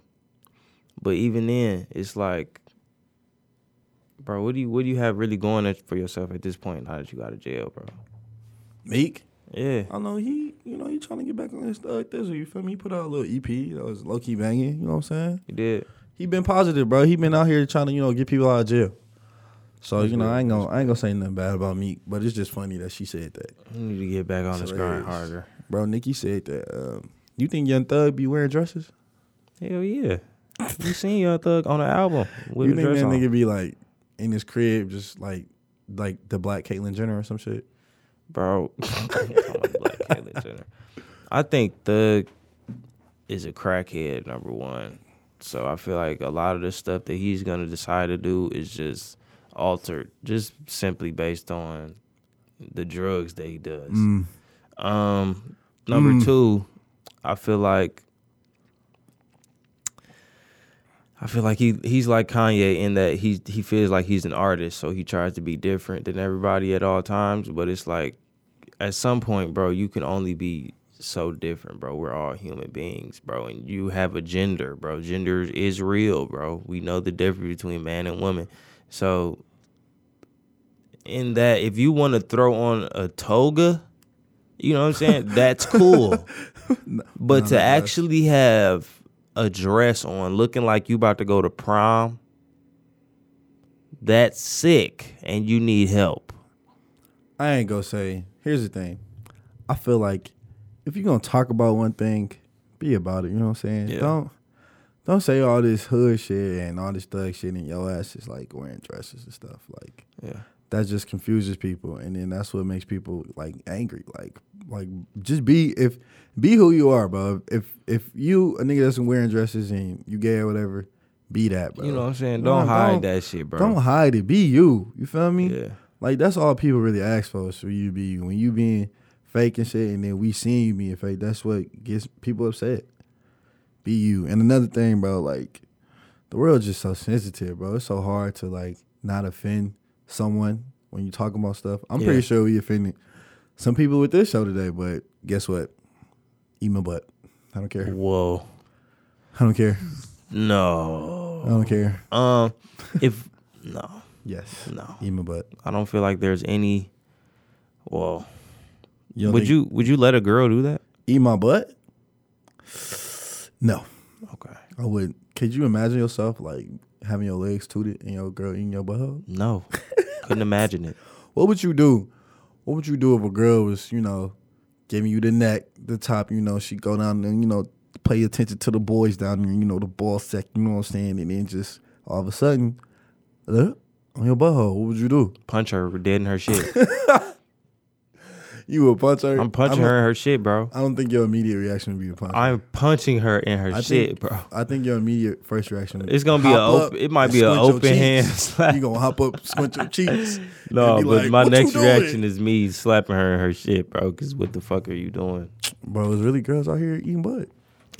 Speaker 1: But even then, it's like, bro, what do you what do you have really going at, for yourself at this point? Now that you got to jail, bro.
Speaker 2: Meek.
Speaker 1: Yeah,
Speaker 2: I know he, you know, he trying to get back on his thug thizzle. You feel me? He put out a little EP that was low key banging. You know what I'm saying?
Speaker 1: you did.
Speaker 2: He been positive, bro. He been out here trying to, you know, get people out of jail. So, you know, I ain't gonna I ain't gonna say nothing bad about Meek, but it's just funny that she said that.
Speaker 1: You need to get back on this grind
Speaker 2: hilarious.
Speaker 1: harder.
Speaker 2: Bro, Nikki said that um, you think Young Thug be wearing dresses?
Speaker 1: Hell yeah. You seen Young Thug on the album with
Speaker 2: you
Speaker 1: a
Speaker 2: think
Speaker 1: dress
Speaker 2: that
Speaker 1: on.
Speaker 2: nigga be like in his crib just like like the black Caitlyn Jenner or some shit?
Speaker 1: bro. I'm a black Caitlyn Jenner. I think Thug is a crackhead number one. So I feel like a lot of the stuff that he's gonna decide to do is just altered, just simply based on the drugs that he does. Um, number two, I feel like I feel like he he's like Kanye in that he he feels like he's an artist, so he tries to be different than everybody at all times. But it's like at some point, bro, you can only be so different, bro. We're all human beings, bro, and you have a gender, bro. Gender is real, bro. We know the difference between man and woman. So in that, if you want to throw on a toga, you know what I'm saying? That's cool. but to actually have a dress on looking like you about to go to prom, that's sick and you need help.
Speaker 2: I ain't gonna say. Here's the thing. I feel like if you're gonna talk about one thing, be about it. You know what I'm saying?
Speaker 1: Yeah.
Speaker 2: Don't Don't say all this hood shit and all this thug shit and your ass is like wearing dresses and stuff. Like
Speaker 1: Yeah.
Speaker 2: that just confuses people and then that's what makes people like angry. Like like just be if be who you are, bro. If if you a nigga that's wearing dresses and you gay or whatever, be that, bro.
Speaker 1: You know what I'm saying?
Speaker 2: No,
Speaker 1: Don't hide
Speaker 2: don't-
Speaker 1: that shit, bro.
Speaker 2: Don't hide it. Be you. You feel me?
Speaker 1: Yeah.
Speaker 2: Like that's all people really ask for is for you to be you. When you being fake and shit, and then we seeing you being fake, that's what gets people upset. Be you. And another thing, bro, like the world's just so sensitive, bro. It's so hard to like not offend someone when you talking about stuff. I'm
Speaker 1: Yeah.
Speaker 2: pretty sure we offended some people with this show today, but guess what? Eat my butt. I don't care.
Speaker 1: Whoa.
Speaker 2: I don't care. I
Speaker 1: No.
Speaker 2: don't care.
Speaker 1: Um, if no,
Speaker 2: Yes.
Speaker 1: no,
Speaker 2: Eat my butt.
Speaker 1: I don't feel like there's any. Well,
Speaker 2: don't
Speaker 1: would
Speaker 2: think-
Speaker 1: you would you let a girl do that?
Speaker 2: eat my butt? No.
Speaker 1: Okay.
Speaker 2: I would. Oh, Could you imagine yourself like having your legs tooted and your girl eating your butthole?
Speaker 1: No, couldn't imagine it.
Speaker 2: What would you do? What would you do if a girl was, you know, giving you the neck, the top, you know, she go down and, you know, pay attention to the boys down there, you know, the ball sack, you know what I'm saying? And then just all of a sudden, look, on your butthole, what would you do?
Speaker 1: Punch her dead in her shit.
Speaker 2: You would punch her?
Speaker 1: I'm punching
Speaker 2: I don't-
Speaker 1: her in her shit, bro.
Speaker 2: I don't think your immediate reaction would be to punch her.
Speaker 1: I'm punching her in her
Speaker 2: I
Speaker 1: shit,
Speaker 2: think,
Speaker 1: bro.
Speaker 2: I think your immediate first reaction. would
Speaker 1: It's gonna be
Speaker 2: hop
Speaker 1: a op-
Speaker 2: up
Speaker 1: it might
Speaker 2: and
Speaker 1: be a
Speaker 2: squint your
Speaker 1: open hand
Speaker 2: cheeks.
Speaker 1: slap.
Speaker 2: You gonna hop up, squint your cheeks.
Speaker 1: No,
Speaker 2: and be
Speaker 1: but
Speaker 2: like,
Speaker 1: my
Speaker 2: "What you
Speaker 1: next
Speaker 2: doing?"
Speaker 1: reaction is me slapping her in her shit, bro. Cause what the fuck are you doing?
Speaker 2: bro, there's really girls out here eating butt.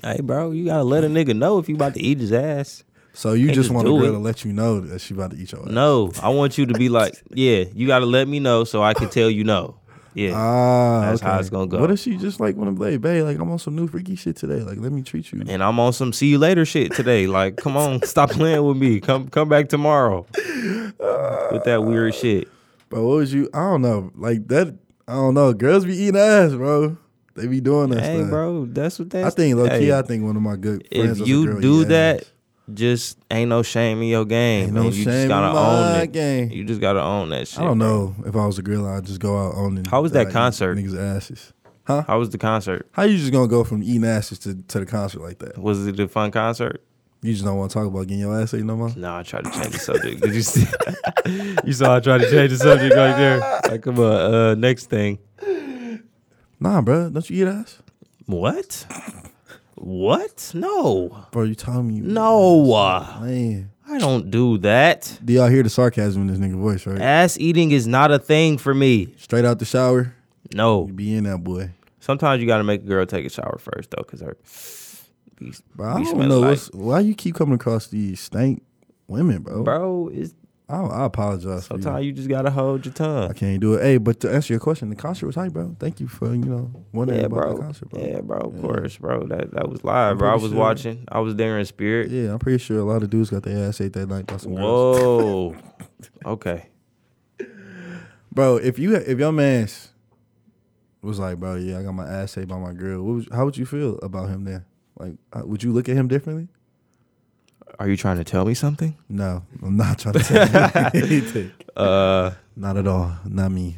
Speaker 1: Hey, bro, you gotta let a nigga know if you about to eat his ass.
Speaker 2: So you
Speaker 1: Can't
Speaker 2: just
Speaker 1: just
Speaker 2: want a
Speaker 1: do
Speaker 2: girl
Speaker 1: it.
Speaker 2: to let you know that she about to eat your ass.
Speaker 1: No, I want you to be like, yeah, you gotta let me know so I can tell you no. Yeah,
Speaker 2: Ah,
Speaker 1: That's
Speaker 2: okay.
Speaker 1: how it's gonna go.
Speaker 2: What if she just like want to play, babe? Like I'm on some new freaky shit today. Like let me treat you.
Speaker 1: and I'm on some see you later shit today. Like, come on, stop playing with me. Come, come back tomorrow with that weird shit.
Speaker 2: But what was you? I don't know. Like that. I don't know. Girls be eating ass, bro. They be doing that
Speaker 1: Hey,
Speaker 2: stuff.
Speaker 1: bro, that's what that's.
Speaker 2: I think low key.
Speaker 1: Hey,
Speaker 2: I think one of my good friends.
Speaker 1: if
Speaker 2: was a
Speaker 1: you
Speaker 2: girl
Speaker 1: do
Speaker 2: eat
Speaker 1: that,
Speaker 2: ass.
Speaker 1: just ain't no shame in your game.
Speaker 2: ain't
Speaker 1: man.
Speaker 2: no
Speaker 1: you
Speaker 2: shame
Speaker 1: just
Speaker 2: in
Speaker 1: gotta
Speaker 2: my
Speaker 1: own it.
Speaker 2: game.
Speaker 1: You just gotta own that shit.
Speaker 2: I don't
Speaker 1: bro.
Speaker 2: know if I was a girl, I'd just go out owning.
Speaker 1: How was that
Speaker 2: I eat
Speaker 1: concert?
Speaker 2: Niggas asses.
Speaker 1: How was the concert?
Speaker 2: How you just gonna go from eating asses to, to the concert like that?
Speaker 1: Was it a fun concert?
Speaker 2: You just don't want to talk about getting your ass ate no more.
Speaker 1: No, I tried to change the subject. Did you see? you saw I tried to change the subject right there. Like, come on, uh, next thing.
Speaker 2: Nah, bro, don't you eat ass?
Speaker 1: What? What? No,
Speaker 2: Bro, you telling me? you eat
Speaker 1: no,
Speaker 2: ass.
Speaker 1: uh,
Speaker 2: Man,
Speaker 1: I don't do that.
Speaker 2: do y'all hear the sarcasm in this nigga voice? Right,
Speaker 1: Ass eating is not a thing for me.
Speaker 2: straight out the shower, you
Speaker 1: No.
Speaker 2: be in that boy.
Speaker 1: Sometimes you gotta make a girl take a shower first though, cause her. Be,
Speaker 2: Bro, I
Speaker 1: be
Speaker 2: don't
Speaker 1: smelling
Speaker 2: know
Speaker 1: like-
Speaker 2: what's, why you keep coming across these stank women, bro.
Speaker 1: bro. It's
Speaker 2: I, I apologize. For you.
Speaker 1: sometimes you just gotta hold your
Speaker 2: I
Speaker 1: tongue.
Speaker 2: can't do it. Hey, but to answer your question, the concert was hype, bro. Thank you for you know wondering
Speaker 1: Yeah,
Speaker 2: about
Speaker 1: bro.
Speaker 2: the concert, bro.
Speaker 1: Yeah, bro. Of course, bro. That that was live,
Speaker 2: I'm
Speaker 1: bro. I
Speaker 2: pretty
Speaker 1: was
Speaker 2: sure.
Speaker 1: watching. I was there in spirit.
Speaker 2: Yeah, I'm pretty sure a lot of dudes got their ass ate that night by some girls.
Speaker 1: Whoa. okay.
Speaker 2: Bro, if you if your man's was like, bro, yeah, I got my ass ate by my girl. What was, how would you feel about him then? Like, uh, would you look at him differently?
Speaker 1: Are you trying to tell me something?
Speaker 2: No, I'm not trying to tell you anything.
Speaker 1: Uh,
Speaker 2: Not at all. Not me.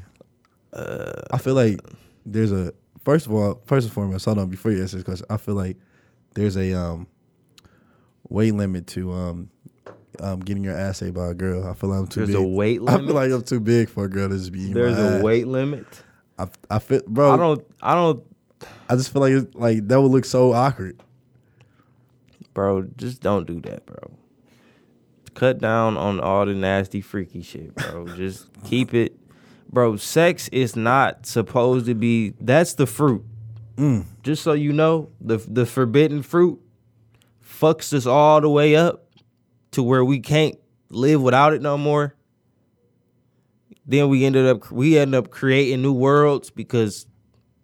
Speaker 2: I feel like there's a first of all, first and foremost, hold on before you answer this question. I feel like there's a um weight limit to um um getting your ass ate by a girl. I feel like I'm too
Speaker 1: there's
Speaker 2: big.
Speaker 1: a weight
Speaker 2: I feel
Speaker 1: limit.
Speaker 2: like I'm too big for a girl to just be. eating my
Speaker 1: There's a
Speaker 2: ass.
Speaker 1: weight limit.
Speaker 2: I, I feel, bro.
Speaker 1: I
Speaker 2: I,
Speaker 1: don't. I don't,
Speaker 2: just feel like it's, like that would look so awkward.
Speaker 1: bro. Just don't do that, bro. Cut down on all the nasty, freaky shit, bro. just keep it, bro. Sex is not supposed to be. That's the fruit.
Speaker 2: Mm.
Speaker 1: Just so you know, the the forbidden fruit fucks us all the way up to where we can't live without it no more. Then we ended up we end up creating new worlds because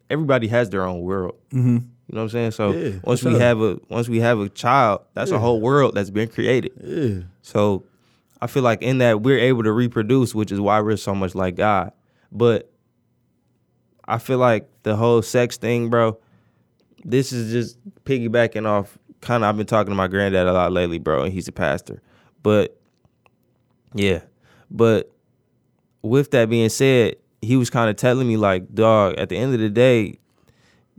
Speaker 1: everybody has their own world.
Speaker 2: Mm-hmm.
Speaker 1: You know what I'm saying? So
Speaker 2: Yeah, for
Speaker 1: once we
Speaker 2: sure.
Speaker 1: have a once we have a child, that's a
Speaker 2: Yeah.
Speaker 1: whole world that's been created.
Speaker 2: Yeah,
Speaker 1: So I feel like in that we're able to reproduce, which is why we're so much like God. But I feel like the whole sex thing, bro, this is just piggybacking off kind of I've been talking to my granddad a lot lately, bro, and he's a pastor. But yeah. But with that being said, he was kind of telling me like, dog, at the end of the day,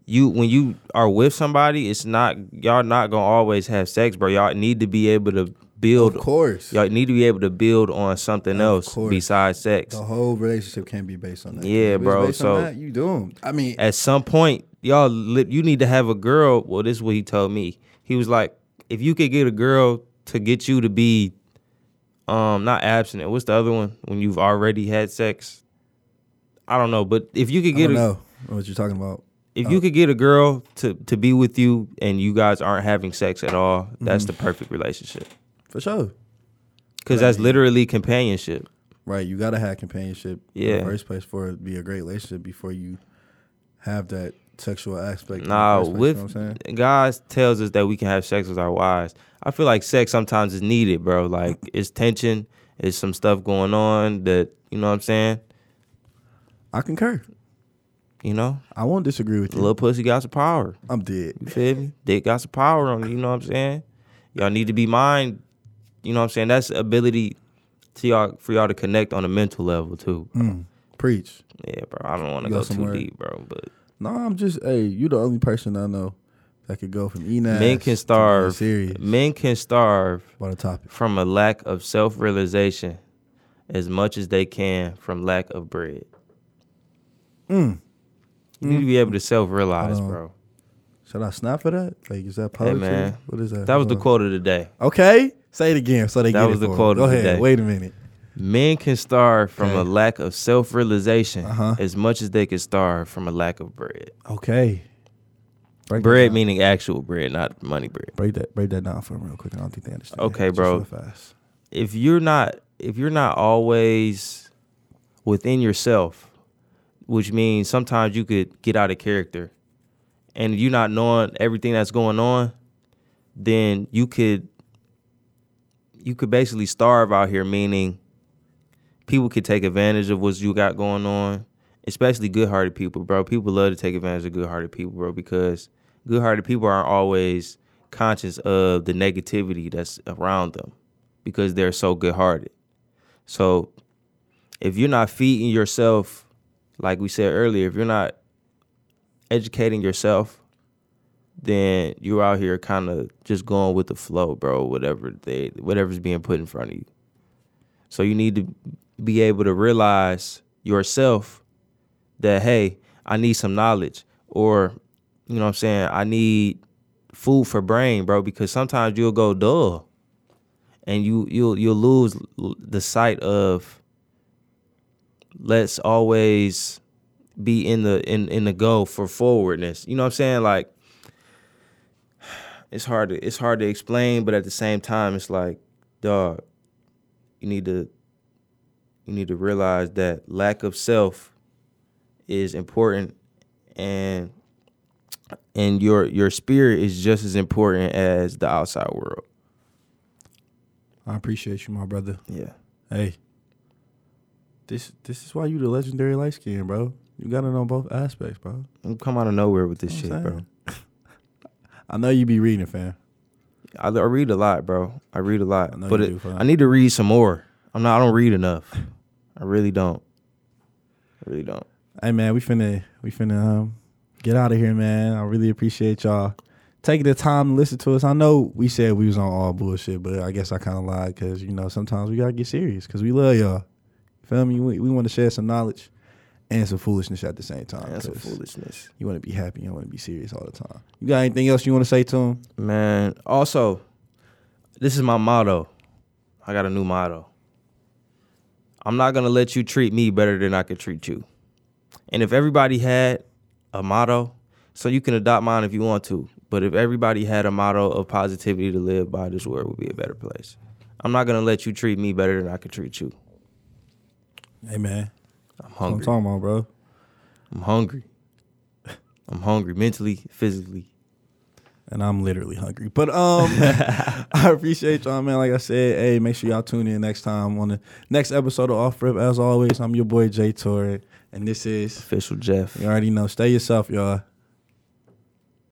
Speaker 1: you when you are with somebody, it's not y'all not gonna always have sex, bro. Y'all need to be able to build.
Speaker 2: Of course.
Speaker 1: Y'all need to be able to build on something else
Speaker 2: course.
Speaker 1: besides sex.
Speaker 2: The whole relationship can't be based on that.
Speaker 1: Yeah,
Speaker 2: If it's
Speaker 1: bro,
Speaker 2: based
Speaker 1: so-
Speaker 2: on that, you doomed. I mean,
Speaker 1: At some point, y'all li- you need to have a girl. Well, this is what he told me. He was like, if you could get a girl to get you to be, um, not abstinent. What's the other one when you've already had sex? I don't know, but if you could
Speaker 2: I
Speaker 1: get
Speaker 2: don't
Speaker 1: a
Speaker 2: know Oh. what you're talking about.
Speaker 1: if you could get a girl to to be with you and you guys aren't having sex at all, that's the
Speaker 2: Mm-hmm.
Speaker 1: perfect relationship.
Speaker 2: For sure.
Speaker 1: Cause that's literally companionship.
Speaker 2: Right. You got to have companionship in
Speaker 1: Yeah.
Speaker 2: the first place for it to be a great relationship before you have that sexual aspect. in the
Speaker 1: Nah,
Speaker 2: first place,
Speaker 1: with
Speaker 2: You know what I'm saying?
Speaker 1: guys tells us that we can have sex with our wives. I feel like sex sometimes is needed, bro. Like it's tension, it's some stuff going on that you know what I'm saying.
Speaker 2: I concur.
Speaker 1: You know,
Speaker 2: I won't disagree with you.
Speaker 1: little pussy got some power.
Speaker 2: I'm dead.
Speaker 1: You feel me? Dick got some power on it. You know what I'm saying? Y'all need to be mind. You know what I'm saying? That's ability to y'all for y'all to connect on a mental level too. bro.
Speaker 2: Mm. Preach.
Speaker 1: Yeah, bro. I don't want to
Speaker 2: You go
Speaker 1: go too
Speaker 2: somewhere?
Speaker 1: deep, bro. But
Speaker 2: No, I'm just, hey, you the only person I know that could go from E eating
Speaker 1: men
Speaker 2: ass to
Speaker 1: can
Speaker 2: being
Speaker 1: starve.
Speaker 2: serious
Speaker 1: Men can starve
Speaker 2: about a topic.
Speaker 1: from a lack of self realization as much as they can from lack of bread.
Speaker 2: Mm. Uh-huh.
Speaker 1: You need to be able to self realize,
Speaker 2: Hold on.
Speaker 1: bro.
Speaker 2: Should I snap for that? Like, is that poetry?
Speaker 1: man.
Speaker 2: What is that?
Speaker 1: That was the
Speaker 2: Hold on.
Speaker 1: quote of the day.
Speaker 2: Okay, say it again so they
Speaker 1: That
Speaker 2: get
Speaker 1: was
Speaker 2: it
Speaker 1: the
Speaker 2: for 'em.
Speaker 1: quote
Speaker 2: Go
Speaker 1: of the
Speaker 2: ahead.
Speaker 1: day.
Speaker 2: Wait a minute.
Speaker 1: Men can starve from a
Speaker 2: Okay.
Speaker 1: lack of self realization
Speaker 2: Uh-huh.
Speaker 1: as much as they can starve from a lack of bread.
Speaker 2: Okay. Break that
Speaker 1: Bread
Speaker 2: down.
Speaker 1: meaning actual bread, not money bread.
Speaker 2: break that break that down for them real quick. I don't think they understand.
Speaker 1: Okay,
Speaker 2: Just
Speaker 1: bro.
Speaker 2: real fast.
Speaker 1: if you're not if you're not always within yourself, which means sometimes you could get out of character, and you're not knowing everything that's going on, then you could you could basically starve out here. Meaning, people could take advantage of what you got going on, especially good-hearted people, bro. People love to take advantage of good-hearted people, bro, because good-hearted people aren't always conscious of the negativity that's around them because they're so good hearted. So if you're not feeding yourself, like we said earlier, if you're not educating yourself, then you're out here kind of just going with the flow, bro, whatever they whatever's being put in front of you. So you need to be able to realize yourself that hey, I need some knowledge or you know what I'm saying, I need food for brain, bro, because sometimes you'll go dull and you you'll you'll lose l- the sight of let's always be in the in in the go for forwardness you know what i'm saying like it's hard to it's hard to explain but at the same time it's like dog you need to you need to realize that lack of self is important and and your your spirit is just as important as the outside world
Speaker 2: I appreciate you, my brother.
Speaker 1: yeah
Speaker 2: Hey, this this is why you the legendary light skin, bro. You got it on both aspects, bro.
Speaker 1: You come out of nowhere with this
Speaker 2: I'm
Speaker 1: shit,
Speaker 2: saying.
Speaker 1: bro.
Speaker 2: I know you be reading, fam.
Speaker 1: I, I read a lot, bro. I read a lot,
Speaker 2: I know
Speaker 1: but
Speaker 2: you
Speaker 1: it,
Speaker 2: do, fam.
Speaker 1: I need to read some more. I'm not. I don't read enough. I really don't. I really don't.
Speaker 2: Hey man, we finna we finna um, get out of here, man. I really appreciate y'all taking the time to listen to us. I know we said we was on all bullshit, but I guess I kind of lied because you know sometimes we gotta get serious because we love y'all. Feel me? We, we want to share some knowledge and some foolishness at the same time.
Speaker 1: That's some
Speaker 2: 'cause
Speaker 1: foolishness,
Speaker 2: You want to be happy. You want to be serious all the time. You got anything else you want to say to him?
Speaker 1: man. Also, this is my motto. I got a new motto. I'm not gonna let you treat me better than I could treat you. And if everybody had a motto, so you can adopt mine if you want to. But if everybody had a motto of positivity to live by, this world would be a better place. I'm not gonna let you treat me better than I could treat you.
Speaker 2: Hey
Speaker 1: I'm
Speaker 2: man, what I'm
Speaker 1: hungry.
Speaker 2: talking about, bro.
Speaker 1: I'm hungry. I'm hungry mentally, physically.
Speaker 2: and I'm literally hungry. But um, I appreciate y'all, man. Like I said, hey, make sure y'all tune in next time on the next episode of Off Rip. As always, I'm your boy Jay Torre, and this is
Speaker 1: Official Jeff.
Speaker 2: you already know. Stay yourself, y'all.